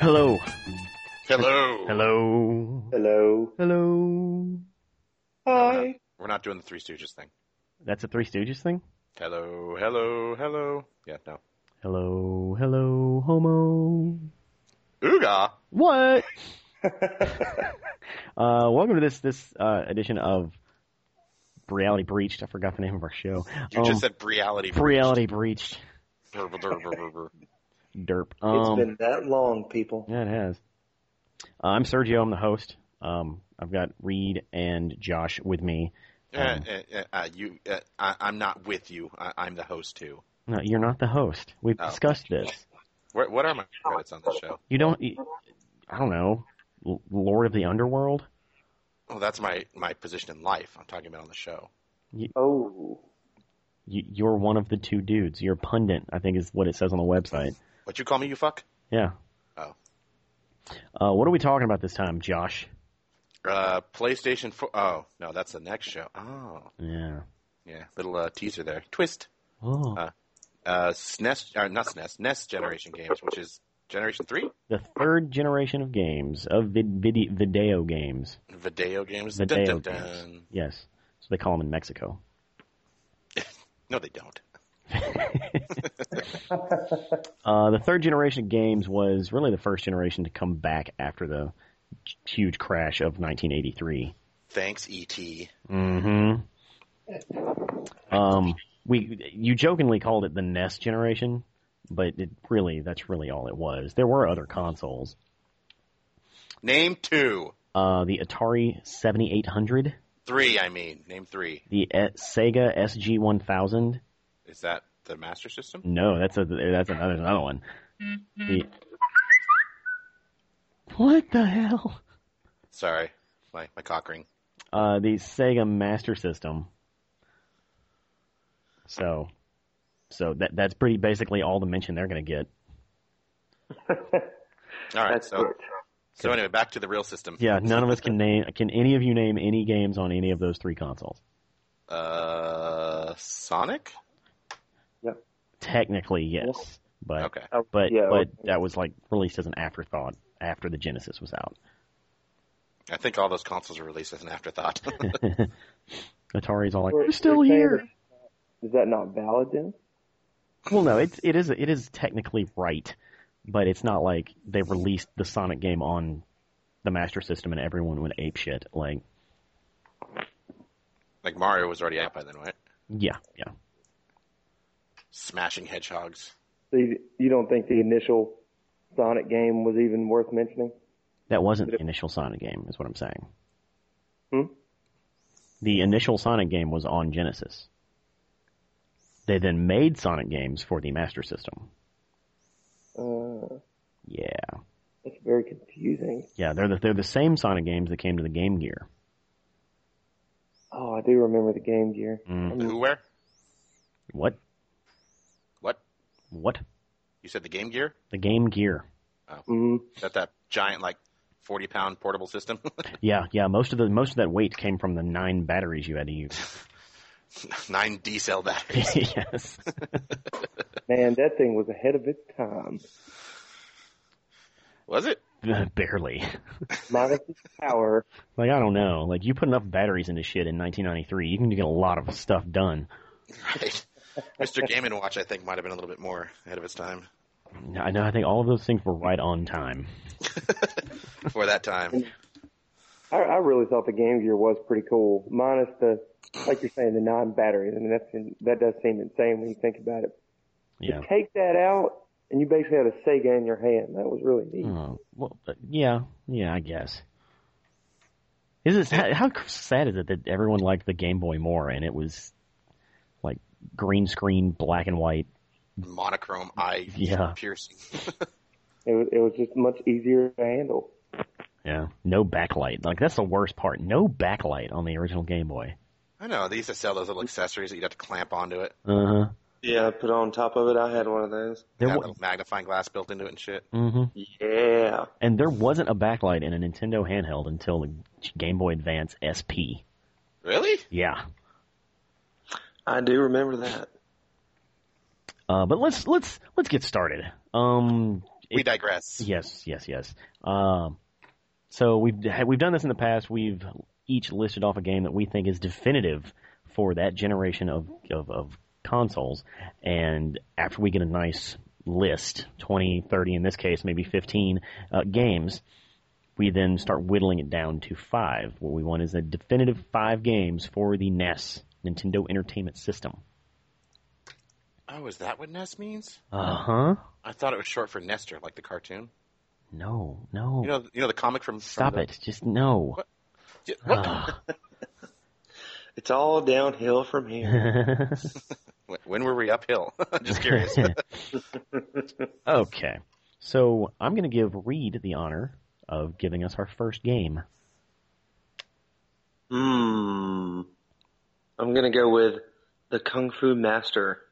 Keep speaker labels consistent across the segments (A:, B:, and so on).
A: Hello.
B: Hello.
A: Hello.
C: Hello.
A: Hello.
C: Hi.
B: We're not doing the Three Stooges thing.
A: That's a Three Stooges thing?
B: Hello, hello, hello. Yeah, no.
A: Hello, hello, homo.
B: Ooga.
A: What? Uh, welcome to this this uh, edition of Reality Breached. I forgot the name of our show.
B: You
A: Um,
B: just said reality.
A: Reality Breached.
B: Breached.
A: Derp.
C: it's
A: Um,
C: been that long, people.
A: Yeah, it has. Uh, I'm Sergio. I'm the host. Um, I've got Reed and Josh with me.
B: uh, uh, uh, uh, you, uh, I, I'm not with you. I, I'm the host too.
A: No, you're not the host. We've
B: Oh.
A: discussed this.
B: Where, what are my credits on the show?
A: You don't. You, I don't know. L- Lord of the Underworld.
B: Oh, that's my my position in life. I'm talking about on the show.
C: Oh.
A: You, you're one of the two dudes. You're a pundit. I think is what it says on the website.
B: What you call me? You fuck.
A: Yeah.
B: Oh.
A: Uh, what are we talking about this time, Josh?
B: Uh, PlayStation 4. Oh no, that's the next show. Oh,
A: Yeah.
B: yeah. Little uh, teaser there. Twist.
A: Oh.
B: Uh, Uh, SNES, or not SNES, NES generation games, which is generation three.
A: the third generation of games of vid- vid- video games.
B: Video games.
A: Video
B: Dun, dun,
A: games.
B: dun.
A: Yes. So they call them in Mexico.
B: No, they don't.
A: Uh, the third generation of games was really the first generation to come back after the huge crash of 1983.
B: Thanks, E E.T.
A: Mm-hmm. Um, we you jokingly called it the NES generation, but it really that's really all it was. There were other consoles.
B: Name two.
A: Uh, the Atari 7800,
B: Three, I mean. Name three.
A: the e- Sega SG 1000,
B: Is that the Master System?
A: No, that's a that's another another one. The- what the hell?
B: Sorry. My, my cock ring.
A: Uh, the Sega Master System. So, so that that's pretty basically all the mention they're gonna get.
B: All right.
C: That's
B: so,
C: it.
B: so anyway, back to the real system.
A: Yeah, none of us can name. Can any of you name any games on any of those three consoles?
B: Uh, Sonic?
A: Technically, yes, but
B: Okay.
A: but
C: Yeah,
A: but
C: okay.
A: that was like released as an afterthought after the Genesis was out.
B: I think all those consoles were released as an afterthought.
A: Atari's all like,
C: We're-
A: "We're still
C: we're saying
A: here."
C: that- Is that not valid then?
A: Well, no, it's it is it is technically right, but it's not like they released the Sonic game on the Master System and everyone went ape shit. Like,
B: like Mario was already out by then, right?
A: yeah, yeah.
B: Smashing hedgehogs.
C: So you, you don't think the initial Sonic game was even worth mentioning?
A: That wasn't the initial Sonic game, is what I'm saying.
C: Hmm?
A: The initial Sonic game was on Genesis. They then made Sonic games for the Master System.
C: Uh,
A: Yeah,
C: that's very confusing.
A: yeah. They're the, they're the same Sonic games that came to the Game Gear.
C: Oh, I do remember the Game Gear.
A: Mm.
B: The Who, where?
A: What?
B: What?
A: What?
B: You said the Game Gear?
A: The Game Gear.
C: Mm,
B: Is that that giant, like, 40 pound portable system?
A: Yeah, yeah. Most of the most of that weight came from the nine batteries you had to use.
B: Nine D cell batteries.
A: yes.
C: man, that thing was ahead of its time.
B: Was it?
A: Barely.
C: Minus its power.
A: Like, I don't know. Like, you put enough batteries into shit in 1993, you can get a lot of stuff done.
B: Right. Mr. Game and Watch, I think, might have been a little bit more ahead of its time.
A: I know, I think all of those things were right on time.
B: for that time.
C: I, I really thought the Game Gear was pretty cool, minus the, like you're saying, the non-batteries. I mean, that's that does seem insane when you think about it.
A: Yeah.
C: To take that out, and you basically had a Sega in your hand. That was really
D: Hmm.
C: neat.
A: Oh, well, uh, yeah, yeah, I guess. Is it sad, how sad is it that everyone liked the Game Boy more and it was like green screen, black and white?
B: Monochrome eye
A: Yeah.
B: piercing.
C: It was it was just much easier to handle.
A: Yeah, no backlight. Like that's the worst part. No backlight on the original Game Boy.
B: I know, they used to sell those little accessories that you'd have to clamp onto it.
A: Uh huh.
D: Yeah, I put on top of it. I had one of those.
B: They
A: There
B: had a
A: was.
B: little magnifying glass built into it and shit.
A: hmm
D: Yeah.
A: And there wasn't a backlight in a Nintendo handheld until the Game Boy Advance SP.
B: Really?
A: Yeah.
D: I do remember that.
A: Uh, but let's let's let's get started. Um,
B: we digress.
A: Yes, yes, yes. Um, so we've we've done this in the past. We've each listed off a game that we think is definitive for that generation of of, of consoles, and after we get a nice list 20 30 in this case maybe 15 uh, games we then start whittling it down to five what we want is a definitive five games for the nes nintendo entertainment system
B: Oh, is that what Nest means?
A: uh-huh
B: I thought it was short for Nestor, like the cartoon.
A: no no
B: You know, you know the comic from. from
A: Oh. stop
B: the-
A: it just no
B: Yeah, what?
A: Ah.
D: It's all downhill from here.
A: Ah.
B: When- When were we uphill? Just curious.
A: okay. So I'm going to give Reed the honor of giving us our first game.
D: Hmm. I'm gonna go with the Kung Fu Master.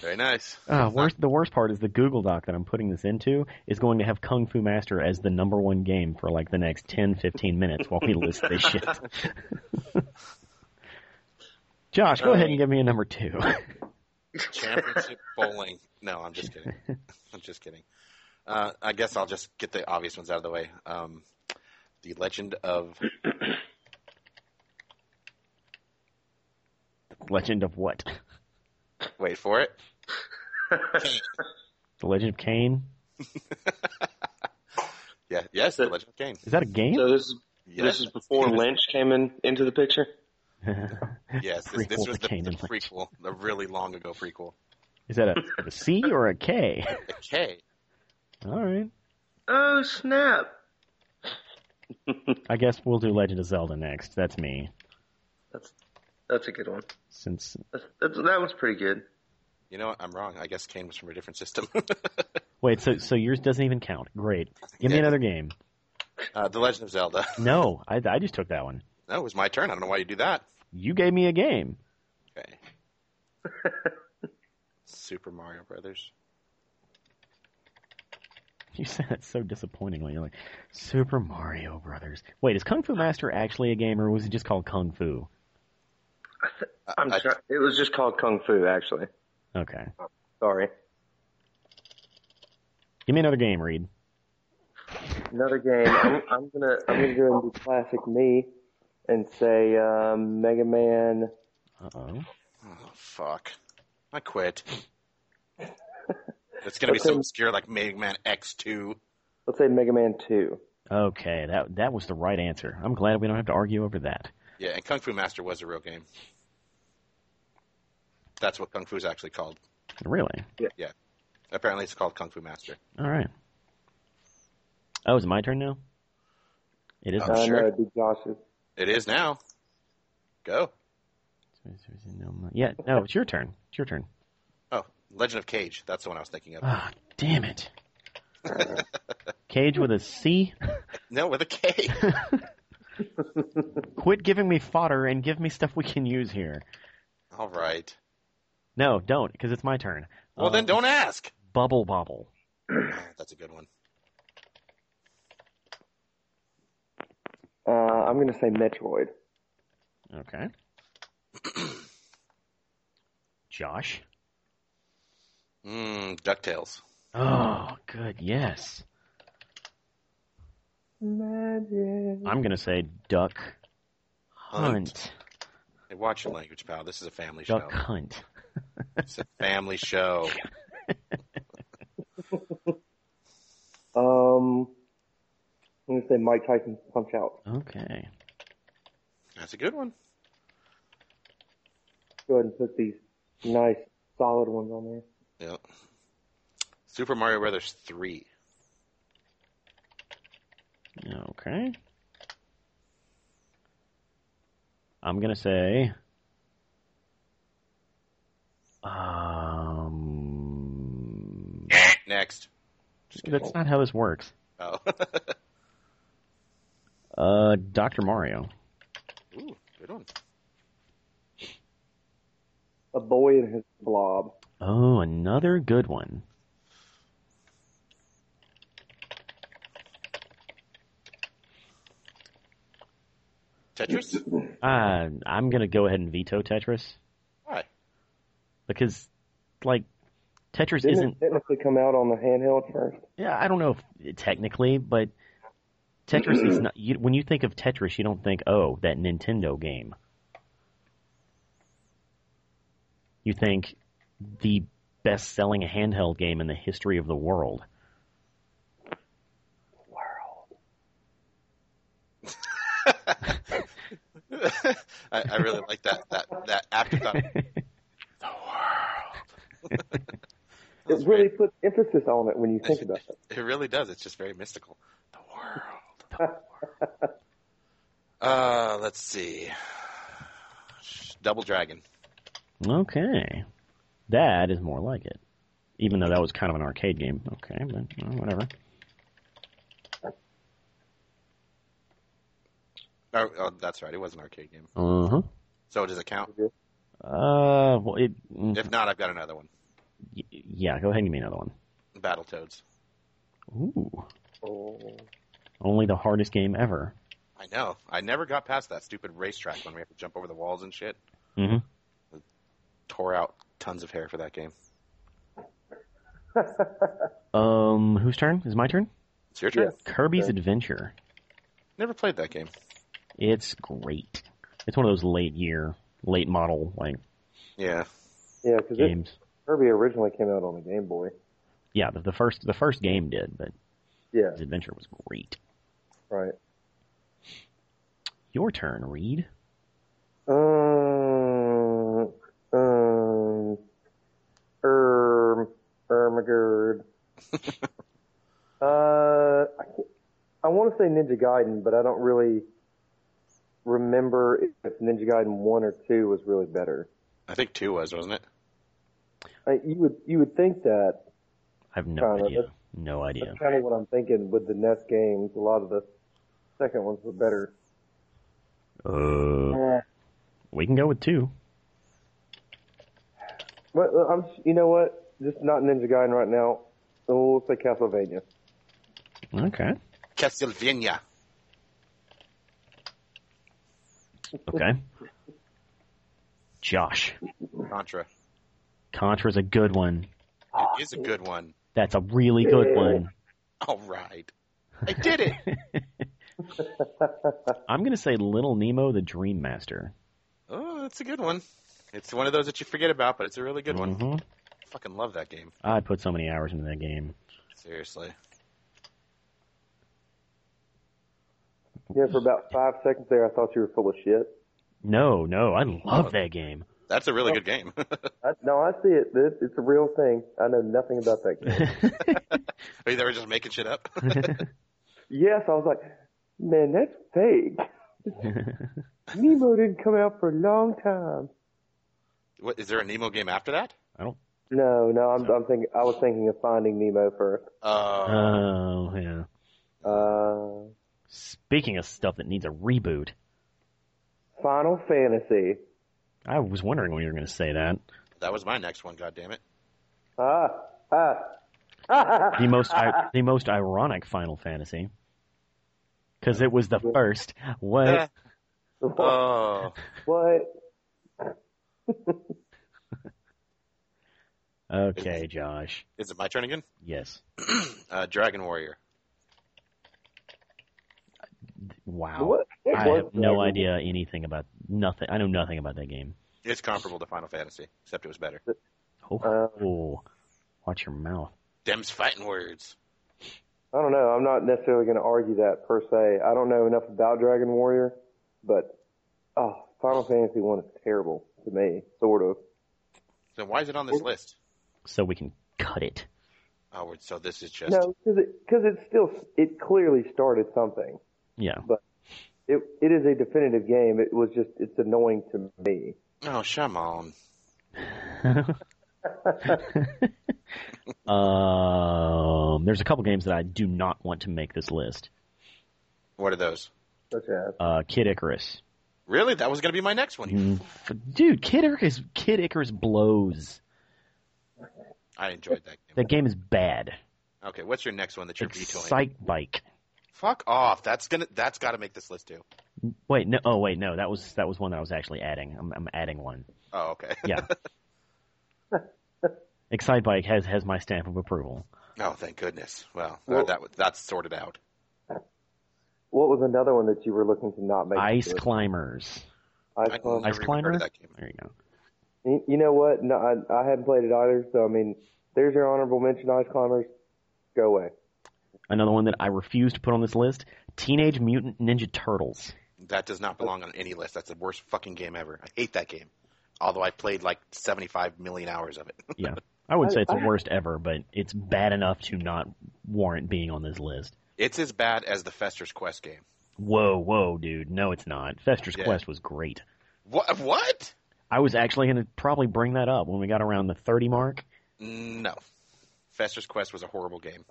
B: Very nice.
A: Uh, worst, the worst part is the Google Doc that I'm putting this into is going to have Kung Fu Master as the number one game for like the next 10, 15 minutes while we list this shit. Josh, go ahead and give me a number two.
B: Championship bowling. No, I'm just kidding. I'm just kidding. Uh, I guess I'll just get the obvious ones out of the way. Um, the Legend of
A: Legend of what?
B: Wait for it.
A: The Legend of Kane?
B: Yeah, yes, the Legend of Kane.
A: Is that a game?
D: So this is
B: Yes,
D: this is before Lynch came in into the picture.
B: yes. This, this
A: prequel
B: was
A: to
B: the,
A: Kane
B: the
A: and Lynch.
B: prequel, the really long ago prequel. Uh,
A: Is that a, a C or a K?
B: The K.
A: All right.
D: Oh snap!
A: I guess we'll do Legend of Zelda next. That's me.
D: That's that's a good one.
A: Since
D: That's, that's, that was pretty good.
B: You know what? I'm wrong. I guess Kane was from a different system.
A: Wait, so so yours doesn't even count. Great. Give me
B: Yeah.
A: another game.
B: uh, the Legend of Zelda.
A: No, I, I just took that one.
B: No, it was my turn. I don't know why you do that.
A: You gave me a game.
B: Okay. Super Mario Brothers.
A: You said it so disappointingly. You're like Super Mario Brothers. Wait, is Kung Fu Master actually a game, or was it just called Kung Fu?
D: I'm
B: Uh, I-
D: sorry. It was just called Kung Fu, actually.
A: Okay.
D: Sorry.
A: Give me another game, Reed.
D: Another game. I'm, I'm gonna
C: I'm gonna go and do classic me and say um, Mega Man.
A: Uh oh.
B: Oh, fuck. I quit. It's going to be so
C: Okay.
B: obscure like Mega Man X2.
C: Let's say Mega Man Two.
A: Okay, that that was the right answer. I'm glad we don't have to argue over that.
B: Yeah, and Kung Fu Master was a real game. That's what Kung Fu's actually called.
A: Really?
B: Apparently it's called Kung Fu Master.
A: All right. Oh, is it my turn now? It is.
B: Uh,
A: my
C: uh,
B: sure.
C: No, it'd be Josh's.
B: It is now. Go.
A: Yeah. No, it's your turn. It's your turn.
B: Oh, Legend of Cage. That's the one I was thinking of.
A: Ah, damn it. Cage with a C.
B: No, with a K.
A: Quit giving me fodder and give me stuff we can use here.
B: All right.
A: No, don't, because it's my turn.
B: Well,
A: Uh,
B: then don't ask.
A: Bubble Bobble.
B: Oh, that's a good one.
C: Uh, I'm gonna say Metroid.
A: Okay. Josh.
B: Mm, DuckTales.
A: Oh, good. Yes.
C: Magic.
A: I'm gonna say Duck
B: Hunt.
A: Hunt.
B: Hey, watch your language, pal. This is a family show.
A: Duck Hunt.
B: It's a family show.
C: Um, I'm gonna say Mike Tyson's Punch Out.
A: Okay.
B: That's a good one.
C: Go ahead and put these nice solid ones on there.
B: Yeah. Super Mario Brothers three.
A: Okay. I'm gonna say. Um.
B: Next. Just kidding.
A: That's not how this works.
B: Oh.
A: Uh, Doctor Mario.
B: Ooh, good one.
C: A boy and his blob.
A: Oh, another good one.
B: Tetris.
A: Uh, I'm gonna go ahead and veto Tetris
B: Why?
A: because like Tetris
D: Didn't
A: isn't
D: it technically come out on the handheld first?
A: Yeah, I don't know if technically, but Tetris is not. You, when you think of Tetris, you don't think, oh, that Nintendo game. You think the best-selling handheld game in the history of the world.
B: I, I really like that that that afterthought.
D: It really puts emphasis on it when you think about it.
B: It really does. It's just very mystical. The world. The world. uh, let's see. Double Dragon.
A: Okay, that is more like it. Even though that was kind of an arcade game. Okay, but well, whatever.
B: Oh, oh, that's right. It was an arcade game.
A: Uh huh.
B: So does it count?
A: Uh, well, it. mm,
B: If not, I've got another one.
A: y- Yeah, go ahead and give me another one.
B: Battletoads.
A: Ooh,
D: Oh,
A: only the hardest game ever.
B: I know. I never got past that stupid racetrack when we have to jump over the walls and shit.
A: Mhm.
B: Tore out tons of hair for that game.
A: Um, whose turn? Is it my turn?
B: It's your turn.
D: Yes.
A: Kirby's Adventure.
B: Never played that game.
A: It's great. It's one of those late year, late model like
B: Yeah.
D: yeah, because
A: games.
D: Kirby originally came out on the Game Boy.
A: Yeah, the, the first the first game did, but
D: Yeah,
A: his adventure was great.
D: right.
A: Your turn, Reed.
D: Um, um, Erm, Ermagerd. uh, I, can't- I want to say Ninja Gaiden, but I don't really remember if Ninja Gaiden one or two was really better.
B: I think two was, wasn't it?
D: I, you would you would think that
A: I have no
D: Kind of,
A: idea.
D: that's-
A: No idea.
D: that's kind of what I'm thinking with the NES games. A lot of the second ones were better.
A: Uh, we can go with two.
D: But uh, I'm you know what? Just not Ninja Gaiden right now. Oh, we'll say Castlevania.
A: Okay.
B: Castlevania.
A: Okay. Josh.
B: Contra.
A: Contra's a good one.
B: It is a good one.
A: That's a really good one.
B: All right. I did it.
A: I'm gonna say Little Nemo the Dream Master.
B: Oh, that's a good one. It's one of those that you forget about, but it's a really good one.
A: Mhm.
B: Fucking love that game.
A: I put so many hours into that game.
B: Seriously.
D: Yeah, for about five seconds there, I thought you were full of shit.
A: No, no, I love that game.
B: That's a really good game.
D: I, no, I see it. It- It's a real thing. I know nothing about that game.
B: Are you they were just making shit up?
D: yes, I was like, man, that's fake. Nemo didn't come out for a long time.
B: what, is there a Nemo game after that?
D: No, no, I'm, I'm thinking. I was thinking of Finding Nemo first.
B: Uh,
A: Oh, yeah.
D: Uh,
A: Speaking of stuff that needs a reboot,
D: Final Fantasy.
A: I was wondering when you were going to say that.
B: that was my next one, God damn it.
D: Ah, ah, ah.
A: The most I, the most ironic Final Fantasy, because it was the first. What?
D: What?
B: Oh.
D: what?
A: Okay, Josh.
B: Is it my turn again?
A: Yes.
B: Uh, Dragon Warrior.
A: Wow.
D: What? It
A: I
D: was
A: have no
D: Dragon-
A: idea anything about nothing. I know nothing about that game.
B: It's comparable to Final Fantasy, except it was better.
A: Oh,
D: Uh,
A: oh. watch your mouth.
B: Them's fighting words.
D: I don't know. I'm not necessarily going to argue that per se. I don't know enough about Dragon Warrior, but oh, Final Fantasy One is terrible to me, sort of.
B: Then why is it on this list?
A: So we can cut it.
B: Oh, we're- so this is just.
D: No, because it because it still it clearly started something.
A: Yeah.
D: It it is a definitive game. It was just it's annoying to me.
B: Oh, come on.
A: um, there's a couple games that I do not want to make this list.
B: What are those?
D: Such as
A: Uh, Kid Icarus.
B: Really? That was going to be my next one.
A: Mm, f- Dude, Kid Icarus, Kid Icarus blows.
B: I enjoyed that game.
A: That game is bad.
B: Okay, what's your next one that you're vetoing?
A: Excite Bike.
B: Fuck off. That's gonna. That's got to make this list too.
A: Wait, no. Oh, wait, no. That was that was one that I was actually adding. I'm, I'm adding one.
B: Oh, okay.
A: Yeah. Excitebike has has my stamp of approval.
B: Oh, thank goodness. Well, uh,
D: Well-
B: that was- that's sorted out.
D: What was another one that you were looking to not make?
A: Ice
D: it?
A: climbers.
D: Ice
A: Ice
D: Club.
B: never even
A: climber?
B: heard of that game.
A: There you go.
D: You you know what? No, I, I hadn't played it either. So I mean, there's your honorable mention, Ice Climbers. Go away.
A: Another one that I refuse to put on this list: Teenage Mutant Ninja Turtles.
B: That does not belong on any list. That's the worst fucking game ever. I hate that game. Although I played like 75 million hours of it.
A: Yeah, I would
D: I-
A: say it's the
D: I-
A: worst ever, but it's bad enough to not warrant being on this list.
B: It's as bad as the Fester's Quest game.
A: Whoa, whoa, dude! No, it's not. Fester's
B: Yeah.
A: Quest was great.
B: What? What?
A: I was actually going to probably bring that up when we got around the thirty mark.
B: No. Fester's Quest was a horrible game.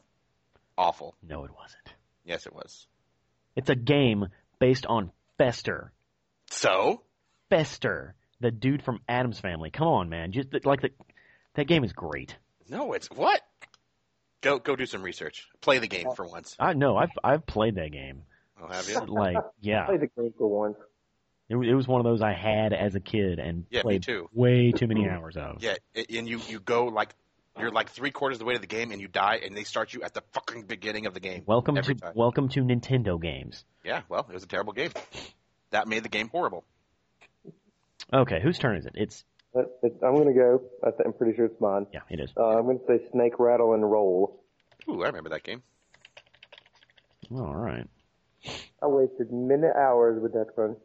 B: Awful.
A: No, it wasn't.
B: Yes, it was.
A: It's a game based on Fester.
B: So?
A: Fester, the dude from Adam's Family. Come on, man! Just like the, that game is great.
B: No, it's what? Go go do some research. Play the game for once.
A: I know. I've I've played that game.
B: I'll have you.
A: Like, yeah,
D: Play the game for once.
A: it, was- it was one of those I had as a kid and
B: Yeah, me
A: played
B: too.
A: way too many hours of.
B: Yeah, a- and you you go like you're like three quarters of the way to the game and you die and they start you at the fucking beginning of the game.
A: Welcome
B: every
A: to
B: time.
A: welcome to Nintendo games.
B: Yeah, well, it was a terrible game. That made the game horrible.
A: Okay, whose turn is it? It's
D: But, but I'm gonna go. I th- I'm pretty sure it's mine.
A: yeah, it is.
D: Uh, I'm gonna say Snake Rattle and Roll.
B: Ooh, I remember that game.
A: All right,
D: I wasted many hours with that one.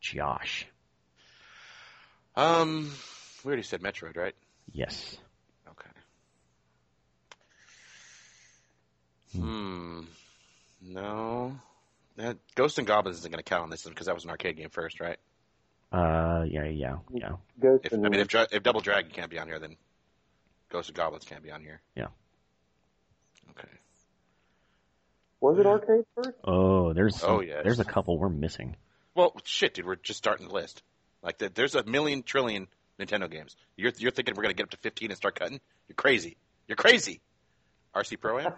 A: Josh.
B: Um, we already said Metroid, right?
A: Yes.
B: Okay. Hmm. No. That Ghost and Goblins isn't going to count on this because that was an arcade game first, right?
A: Uh, yeah, yeah, yeah.
D: Ghost
B: If, I
D: and
B: mean, if, Dra- if Double Dragon can't be on here, then Ghost and Goblins can't be on here.
A: Yeah.
B: Okay.
D: was it arcade first?
A: Oh, there's some-
B: Oh, yes.
A: there's a couple we're missing.
B: Well, shit, dude, we're just starting the list. Like, there- there's a million trillion Nintendo games. You're you're thinking we're going to get up to 15 and start cutting? You're crazy. You're crazy. RC Pro Am?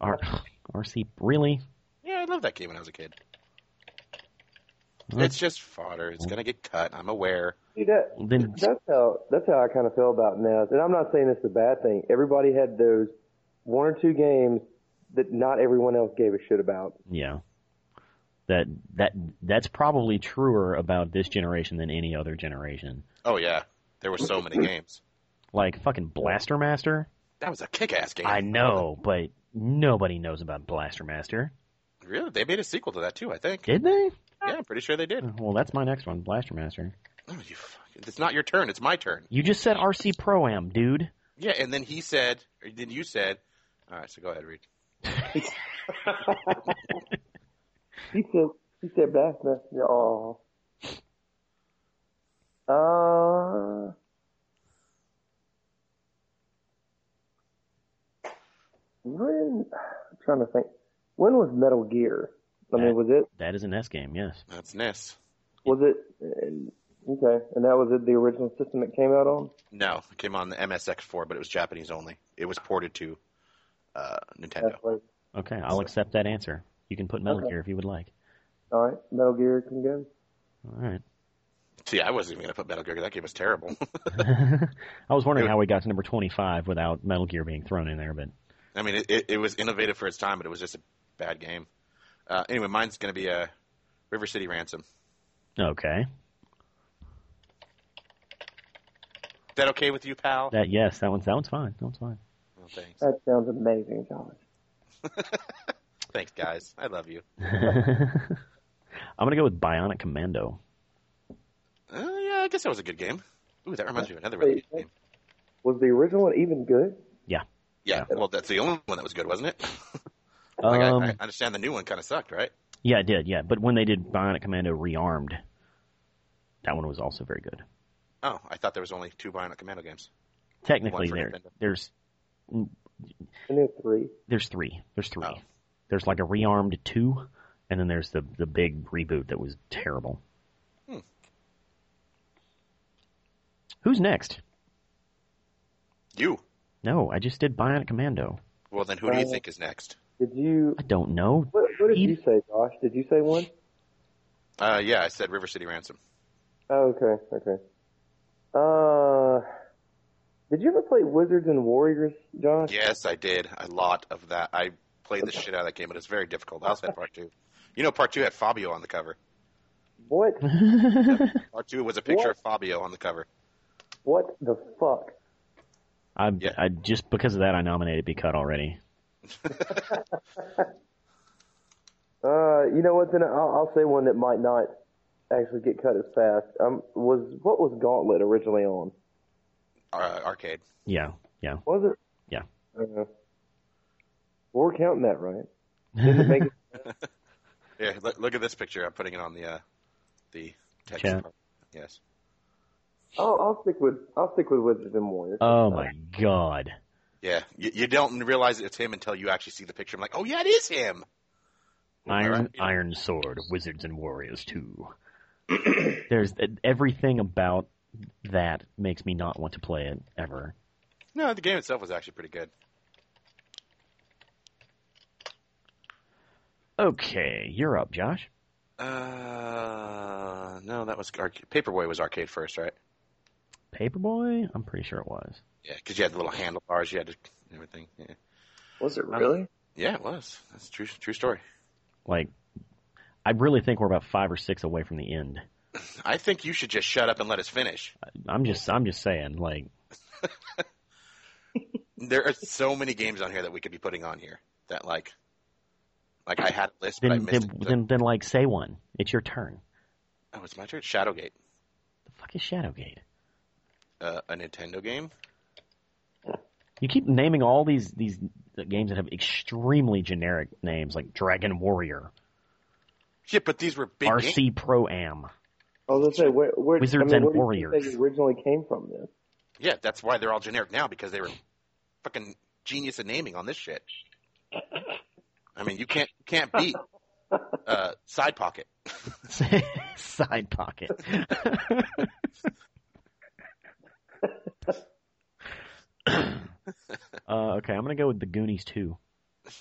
A: R- RC, really?
B: Yeah, I loved that game when I was a kid.
A: Well,
B: It's just fodder. It's gonna get cut. I'm aware.
D: See that?
A: Then
D: That's how that's how I kind of feel about NES. And I'm not saying it's a bad thing. Everybody had those one or two games that not everyone else gave a shit about.
A: yeah, that that that's probably truer about this generation than any other generation.
B: Oh yeah, there were so many games.
A: Like fucking Blaster Master.
B: That was a kick-ass game.
A: I know, but nobody knows about Blaster Master,
B: Really, they made a sequel to that too. I think.
A: did they?
B: Yeah, I'm pretty sure they did.
A: Well, that's my next one, Blaster Master.
B: Oh, you fucking, it's not your turn. It's my turn.
A: You just said RC Pro Am, dude.
B: Yeah, and then he said, or then you said. All right, so go ahead, Reed.
D: He said he said that. that yeah, aw. Uh, when I'm trying to think, when was Metal Gear? I mean, was it
A: That is an S game, yes.
B: That's E Ness.
D: was it uh, okay? And that was it, the original system it came out on.
B: No, it came on the MSX4, but it was Japanese only. It was ported to uh, Nintendo.
D: That's like,
A: Okay, I'll accept that answer. You can put Metal
D: Okay.
A: Gear if you would like.
D: all right, Metal Gear can go.
A: All right.
B: See, I wasn't even gonna put Metal Gear. 'cause That game was terrible.
A: I was wondering
B: It-
A: how we got to number 25 without Metal Gear being thrown in there, but
B: I mean, it, it, it was innovative for its time, but it was just a bad game. Uh, anyway, mine's going to be uh, River City Ransom.
A: okay.
B: Is that okay with you, pal?
A: That yes, that one's that one's fine. That one's fine.
B: Oh, thanks.
D: That sounds amazing, Josh.
B: Thanks, guys. I love you.
A: I'm gonna go with Bionic Commando.
B: Uh, yeah, I guess that was a good game. Ooh, that reminds me of another really good game.
D: Was the original one even good?
B: Yeah, well, that's the only one that was good, wasn't it? like, I-
A: Um,
B: I, understand the new one kind of sucked, right?
A: yeah, it did. Yeah, but when they did Bionic Commando Rearmed, that one was also very good.
B: Oh, I thought there was only two Bionic Commando games.
A: Technically,
B: for
A: there
B: Nintendo.
A: there's
D: I knew three.
A: there's three. There's three.
B: Oh.
A: There's like a Rearmed two, and then there's the the big reboot that was terrible.
B: Hmm.
A: Who's next?
B: You.
A: No, I just did Bionic Commando.
B: Well, then who do you think is next?
D: Did you?
A: I don't know.
D: What, what did
A: Eve-
D: you say, Josh? Did you say one?
B: Uh, yeah, I said River City Ransom.
D: Oh, okay, okay. Uh,
C: Did you ever play Wizards and Warriors, Josh?
B: Yes, I did a lot of that. I played the shit out of that game, but it's very difficult. I also had part two. You know, part two had Fabio on the cover.
C: What?
B: Part two was a picture
C: What?
B: of Fabio on the cover.
C: What the fuck?
A: I,
B: Yeah.
A: I just because of that, I nominated Be Cut already.
C: Uh, you know what? Then I'll, I'll say one that might not actually get cut as fast. Um, was what was Gauntlet originally on?
B: Uh, arcade.
A: Yeah, yeah.
C: Was it?
A: Yeah.
C: Uh, we're counting that right. Didn't it make it-
B: Yeah, look, look at this picture. I'm putting it on the uh, the text.
A: Chat.
B: part. Yes.
C: I'll, Oh, I'll stick with I'll stick with Wizards and Warriors.
A: oh my god.
B: Yeah, you, you don't realize it's him until you actually see the picture. I'm like, oh yeah, it is him.
A: Iron
B: Alright.
A: Iron Sword, Wizards and Warriors 2. There's e, everything about that makes me not want to play it ever.
B: No, the game itself was actually pretty good.
A: Okay, you're up, Josh.
B: Uh, no, that was arcade. Paperboy was arcade first, right?
A: Paperboy? I'm pretty sure it was.
B: Yeah, because you had the little handlebars, you had to, everything. Yeah.
D: Was
A: um,
D: it really?
B: yeah, it was. That's a true, true story.
A: Like I really think we're about 5 or 6 away from the end.
B: I think you should just shut up and let us finish.
A: I'm just I'm just saying like
B: There are so many games on here that we could be putting on here that like, like I had a list, but I
A: then
B: missed
A: then,
B: it.
A: then then like say one. It's your turn.
B: oh, it's my turn. Shadowgate,
A: The fuck is Shadowgate?
B: uh, a Nintendo game.
A: You keep naming all these these games that have extremely generic names like Dragon Warrior,
B: Yeah, but these were big games.
A: RC Pro Am.
C: I was gonna say where, where
A: Wizards
C: I mean,
A: and
C: where do you think
A: Warriors.
C: they originally came from then.
B: Yeah, that's why they're all generic now because they were fucking genius at naming on this shit. I mean, you can't you can't beat uh, Side Pocket.
A: Side pocket. uh, okay, I'm gonna go with the Goonies too.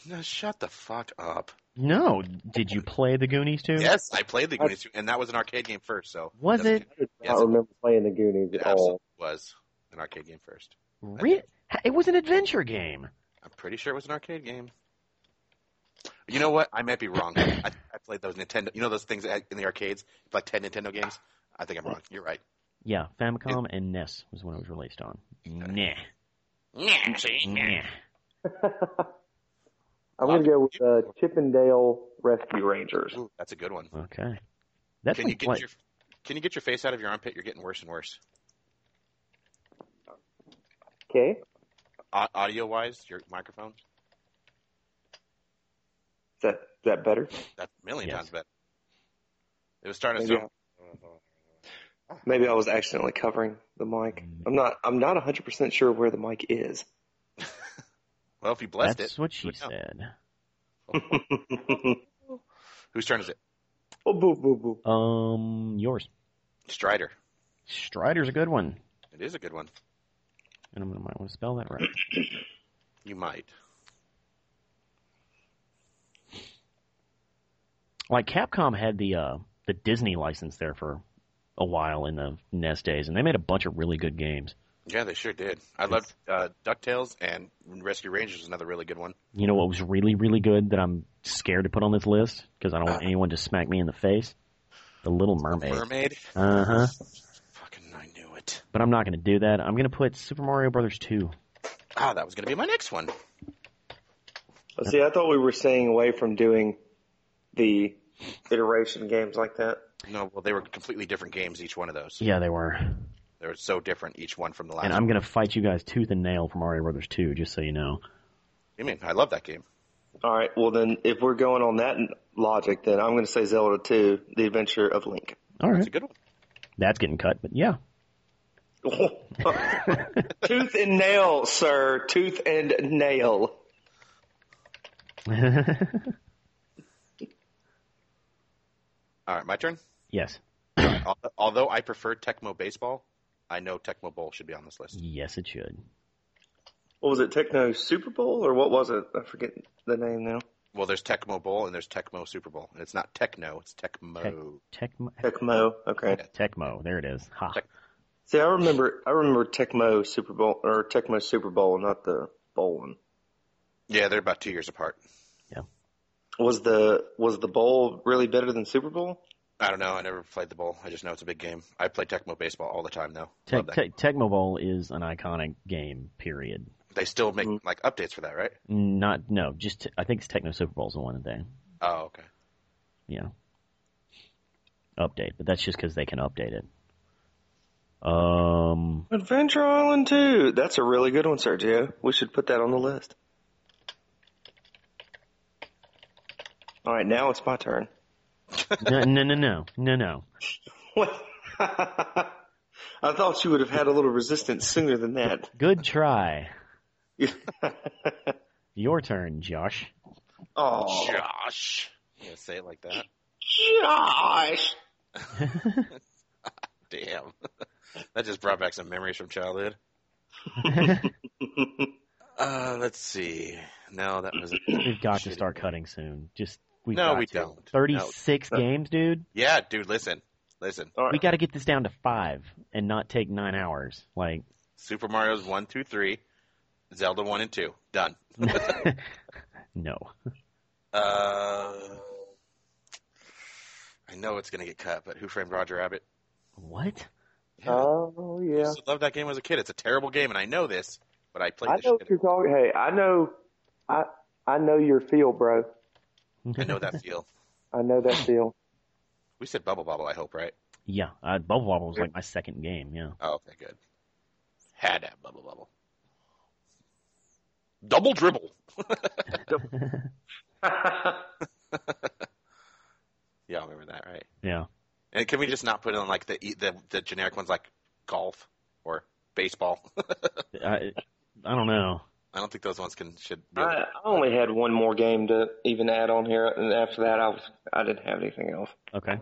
B: No, shut the fuck up.
A: No, did you play the Goonies too?
B: Yes, I played the Goonies, and that was an arcade game first. So
A: Was
B: doesn't
A: it
C: I do
B: Yes,
C: not
B: it-
C: remember playing the Goonies
B: It
C: at all.
B: absolutely was an arcade game first.
A: re- It was an adventure game.
B: I'm pretty sure it was an arcade game. You know what? I might be wrong. I, I played those Nintendo. You know those things at- in the arcades, like ten Nintendo games. I think I'm wrong. You're right.
A: Yeah, Famicom and NES was when it was released on. E Nah,
B: Yeah, see?
A: nah.
C: I'm gonna go with uh, Chippendale Rescue Rangers.
B: Ooh, that's a good one.
A: Okay, that's
B: Can you
A: like,
B: get your Can you get your face out of your armpit? You're getting worse and worse.
C: Okay.
B: audio wise, your microphone.
D: Is that, is that better?
B: That's a million
A: Yes.
B: times better. It was starting to
D: Maybe,
B: sound.
D: I, maybe I was accidentally covering the mic. I'm not. I'm not 100 percent sure where the mic is.
B: Well, if you blessed
A: that's
B: it,
A: what she
B: would know.
A: said.
B: Whose turn is it?
D: oh, boo, boo, boo.
A: Um, yours.
B: Strider.
A: Strider's a good one,
B: It is a good one.
A: and I'm gonna might want to spell that right.
B: You might.
A: like Capcom had the uh, the Disney license there for a while in the NES days, and they made a bunch of really good games.
B: Yeah, they sure did. I loved uh, Ducktales and Rescue Rangers was another really good one.
A: You know what was really really good that I'm scared to put on this list because I don't want anyone to smack me in the face. Uh-huh. The Little Mermaid.
B: Mermaid.
A: Uh huh.
B: Fucking, I knew it.
A: But I'm not going to do that. I'm going to put Super Mario Brothers 2.
B: Ah, that was gonna be my next one.
D: See, I thought we were staying away from doing the iteration games like that.
B: No, well, they were completely different games. Each one of those.
A: Yeah, they were.
B: They were so different. Each one from the last.
A: And I'm going to fight you guys tooth and nail for Mario Brothers 2, just so you know.
B: I mean, I love that game.
D: All right. Well, then, if we're going on that logic, then I'm going to say Zelda 2: The Adventure of Link.
A: All
B: It's
A: right.
B: a good one.
A: That's getting cut, but yeah.
D: Tooth and nail, sir. Tooth and nail.
B: All right, my turn.
A: yes.
B: Al- Although I prefer Tecmo Baseball, I know Tecmo Bowl should be on this list.
A: Yes, it should.
D: What was it? Techno Super Bowl or what was it? I forget the name now.
A: Mm-hmm.
B: Well, there's Tecmo Bowl and there's Tecmo Super Bowl, and it's not Tecno, it's Tecmo.
A: Tecmo.
D: Tecmo. Okay.
A: Tecmo. There it is. Ha.
B: Tec-
D: See, I remember, I remember Tecmo Super Bowl or Tecmo Super Bowl, not the bowl one.
B: Yeah, they're about two years apart.
D: Was the was the bowl really better than Super Bowl?
B: I don't know. I never played the bowl. I just know it's a big game. I play Tecmo baseball all the time now.
A: Tec
B: Love that.
A: Tec Tecmo Bowl is an iconic game. Period.
B: they still make
D: Mm.
B: like updates for that, right?
A: Not no, just I think it's Techno Super Bowl's the one that they
B: Oh, okay.
A: you know update, but that's just because they can update it. Um,
D: Adventure Island Two. That's a really good one, Sergio. We should put that on the list. All right, now it's my turn.
A: no, no, no, no, no, no.
D: I thought you would have had a little resistance sooner than that.
A: Good try.
D: oh,
A: Your turn, Josh.
B: Josh. Oh. You gonna say it like that?
D: Josh!
B: Damn. that just brought back some memories from childhood. Uh, let's see. No, that was.
A: We've got to start cutting soon. Just we've
B: No,
A: got
B: we
A: to.
B: don't.
A: Thirty-six
D: No.
A: games, dude.
B: Yeah, dude. Listen, listen.
D: All right.
A: We got to get this down to five and not take nine hours. Like,
B: Super Mario's one, two, three. Zelda one and two. Done.
A: no.
B: Uh, I know it's gonna get cut, but Who Framed Roger Rabbit?
A: What?
C: Oh
B: I
C: yeah.
B: used to love that game as a kid. It's a terrible game, and I know this, but I played.
C: I
B: the
C: know
B: shit
C: what you're talking. Hey, I know. I I know your feel, bro.
B: I know that feel.
C: I know that feel.
B: We said Bubble Bobble, I hope, right?
A: Yeah, uh, Bubble Bobble was like my second game. Yeah.
B: Oh, okay, good. Had that Bubble Bobble. Double Dribble. Yeah, I remember that, right?
A: Yeah.
B: And can we just not put in like the e, the, the generic ones like golf or baseball?
A: I, I don't know.
B: I don't think those ones can should. Be
D: I, I only had one more game to even add on here, and after that, I was I didn't have anything else.
A: Okay.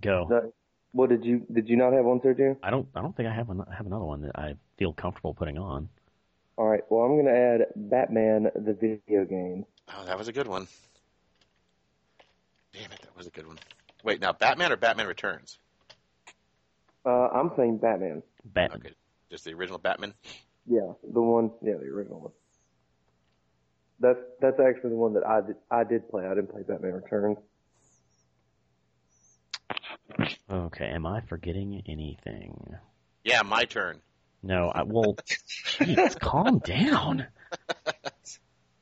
A: Go.
C: What did you did you not have one, Sergio?
A: I don't. I don't think I have. An, I have another one that I feel comfortable putting on.
C: All right. Well, I'm gonna add Batman the video game.
B: oh, that was a good one. Damn it, that was a good one. Wait, now Batman or Batman Returns?
C: Uh, I'm saying Batman.
A: Bat.
B: Okay, just the original Batman.
C: Yeah, the one. Yeah, the original one. That's that's actually the one that I did, I did play. I didn't play Batman Returns.
A: Okay. Am I forgetting anything?
B: Yeah, my turn.
A: No. I well. Jeez, calm down.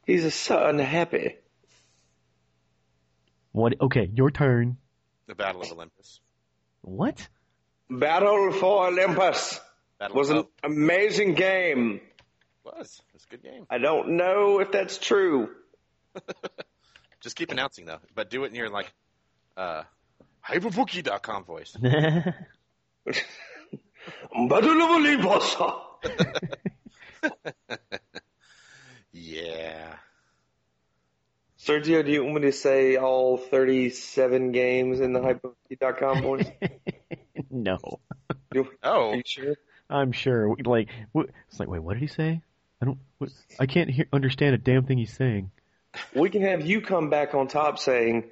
D: He's just so unhappy.
A: What? Okay. Your turn.
B: The Battle of Olympus.
A: What?
D: Battle for Olympus
B: Battle
D: was
B: of
D: an amazing game.
B: was. It was a good game.
D: I don't know if that's true.
B: Just keep announcing though, but do it in your like uh hyperbuki.com voice.
D: Battle of Olympus.
B: Yeah.
D: Sergio, do you want me to say all 37 games in the hypokey.com voice?
A: no.
D: Are
B: Oh,
D: you sure?
A: I'm sure. Like, wh- it's like, wait, what did he say? I don't. What, I can't hear, understand a damn thing he's saying.
D: We can have you come back on top saying,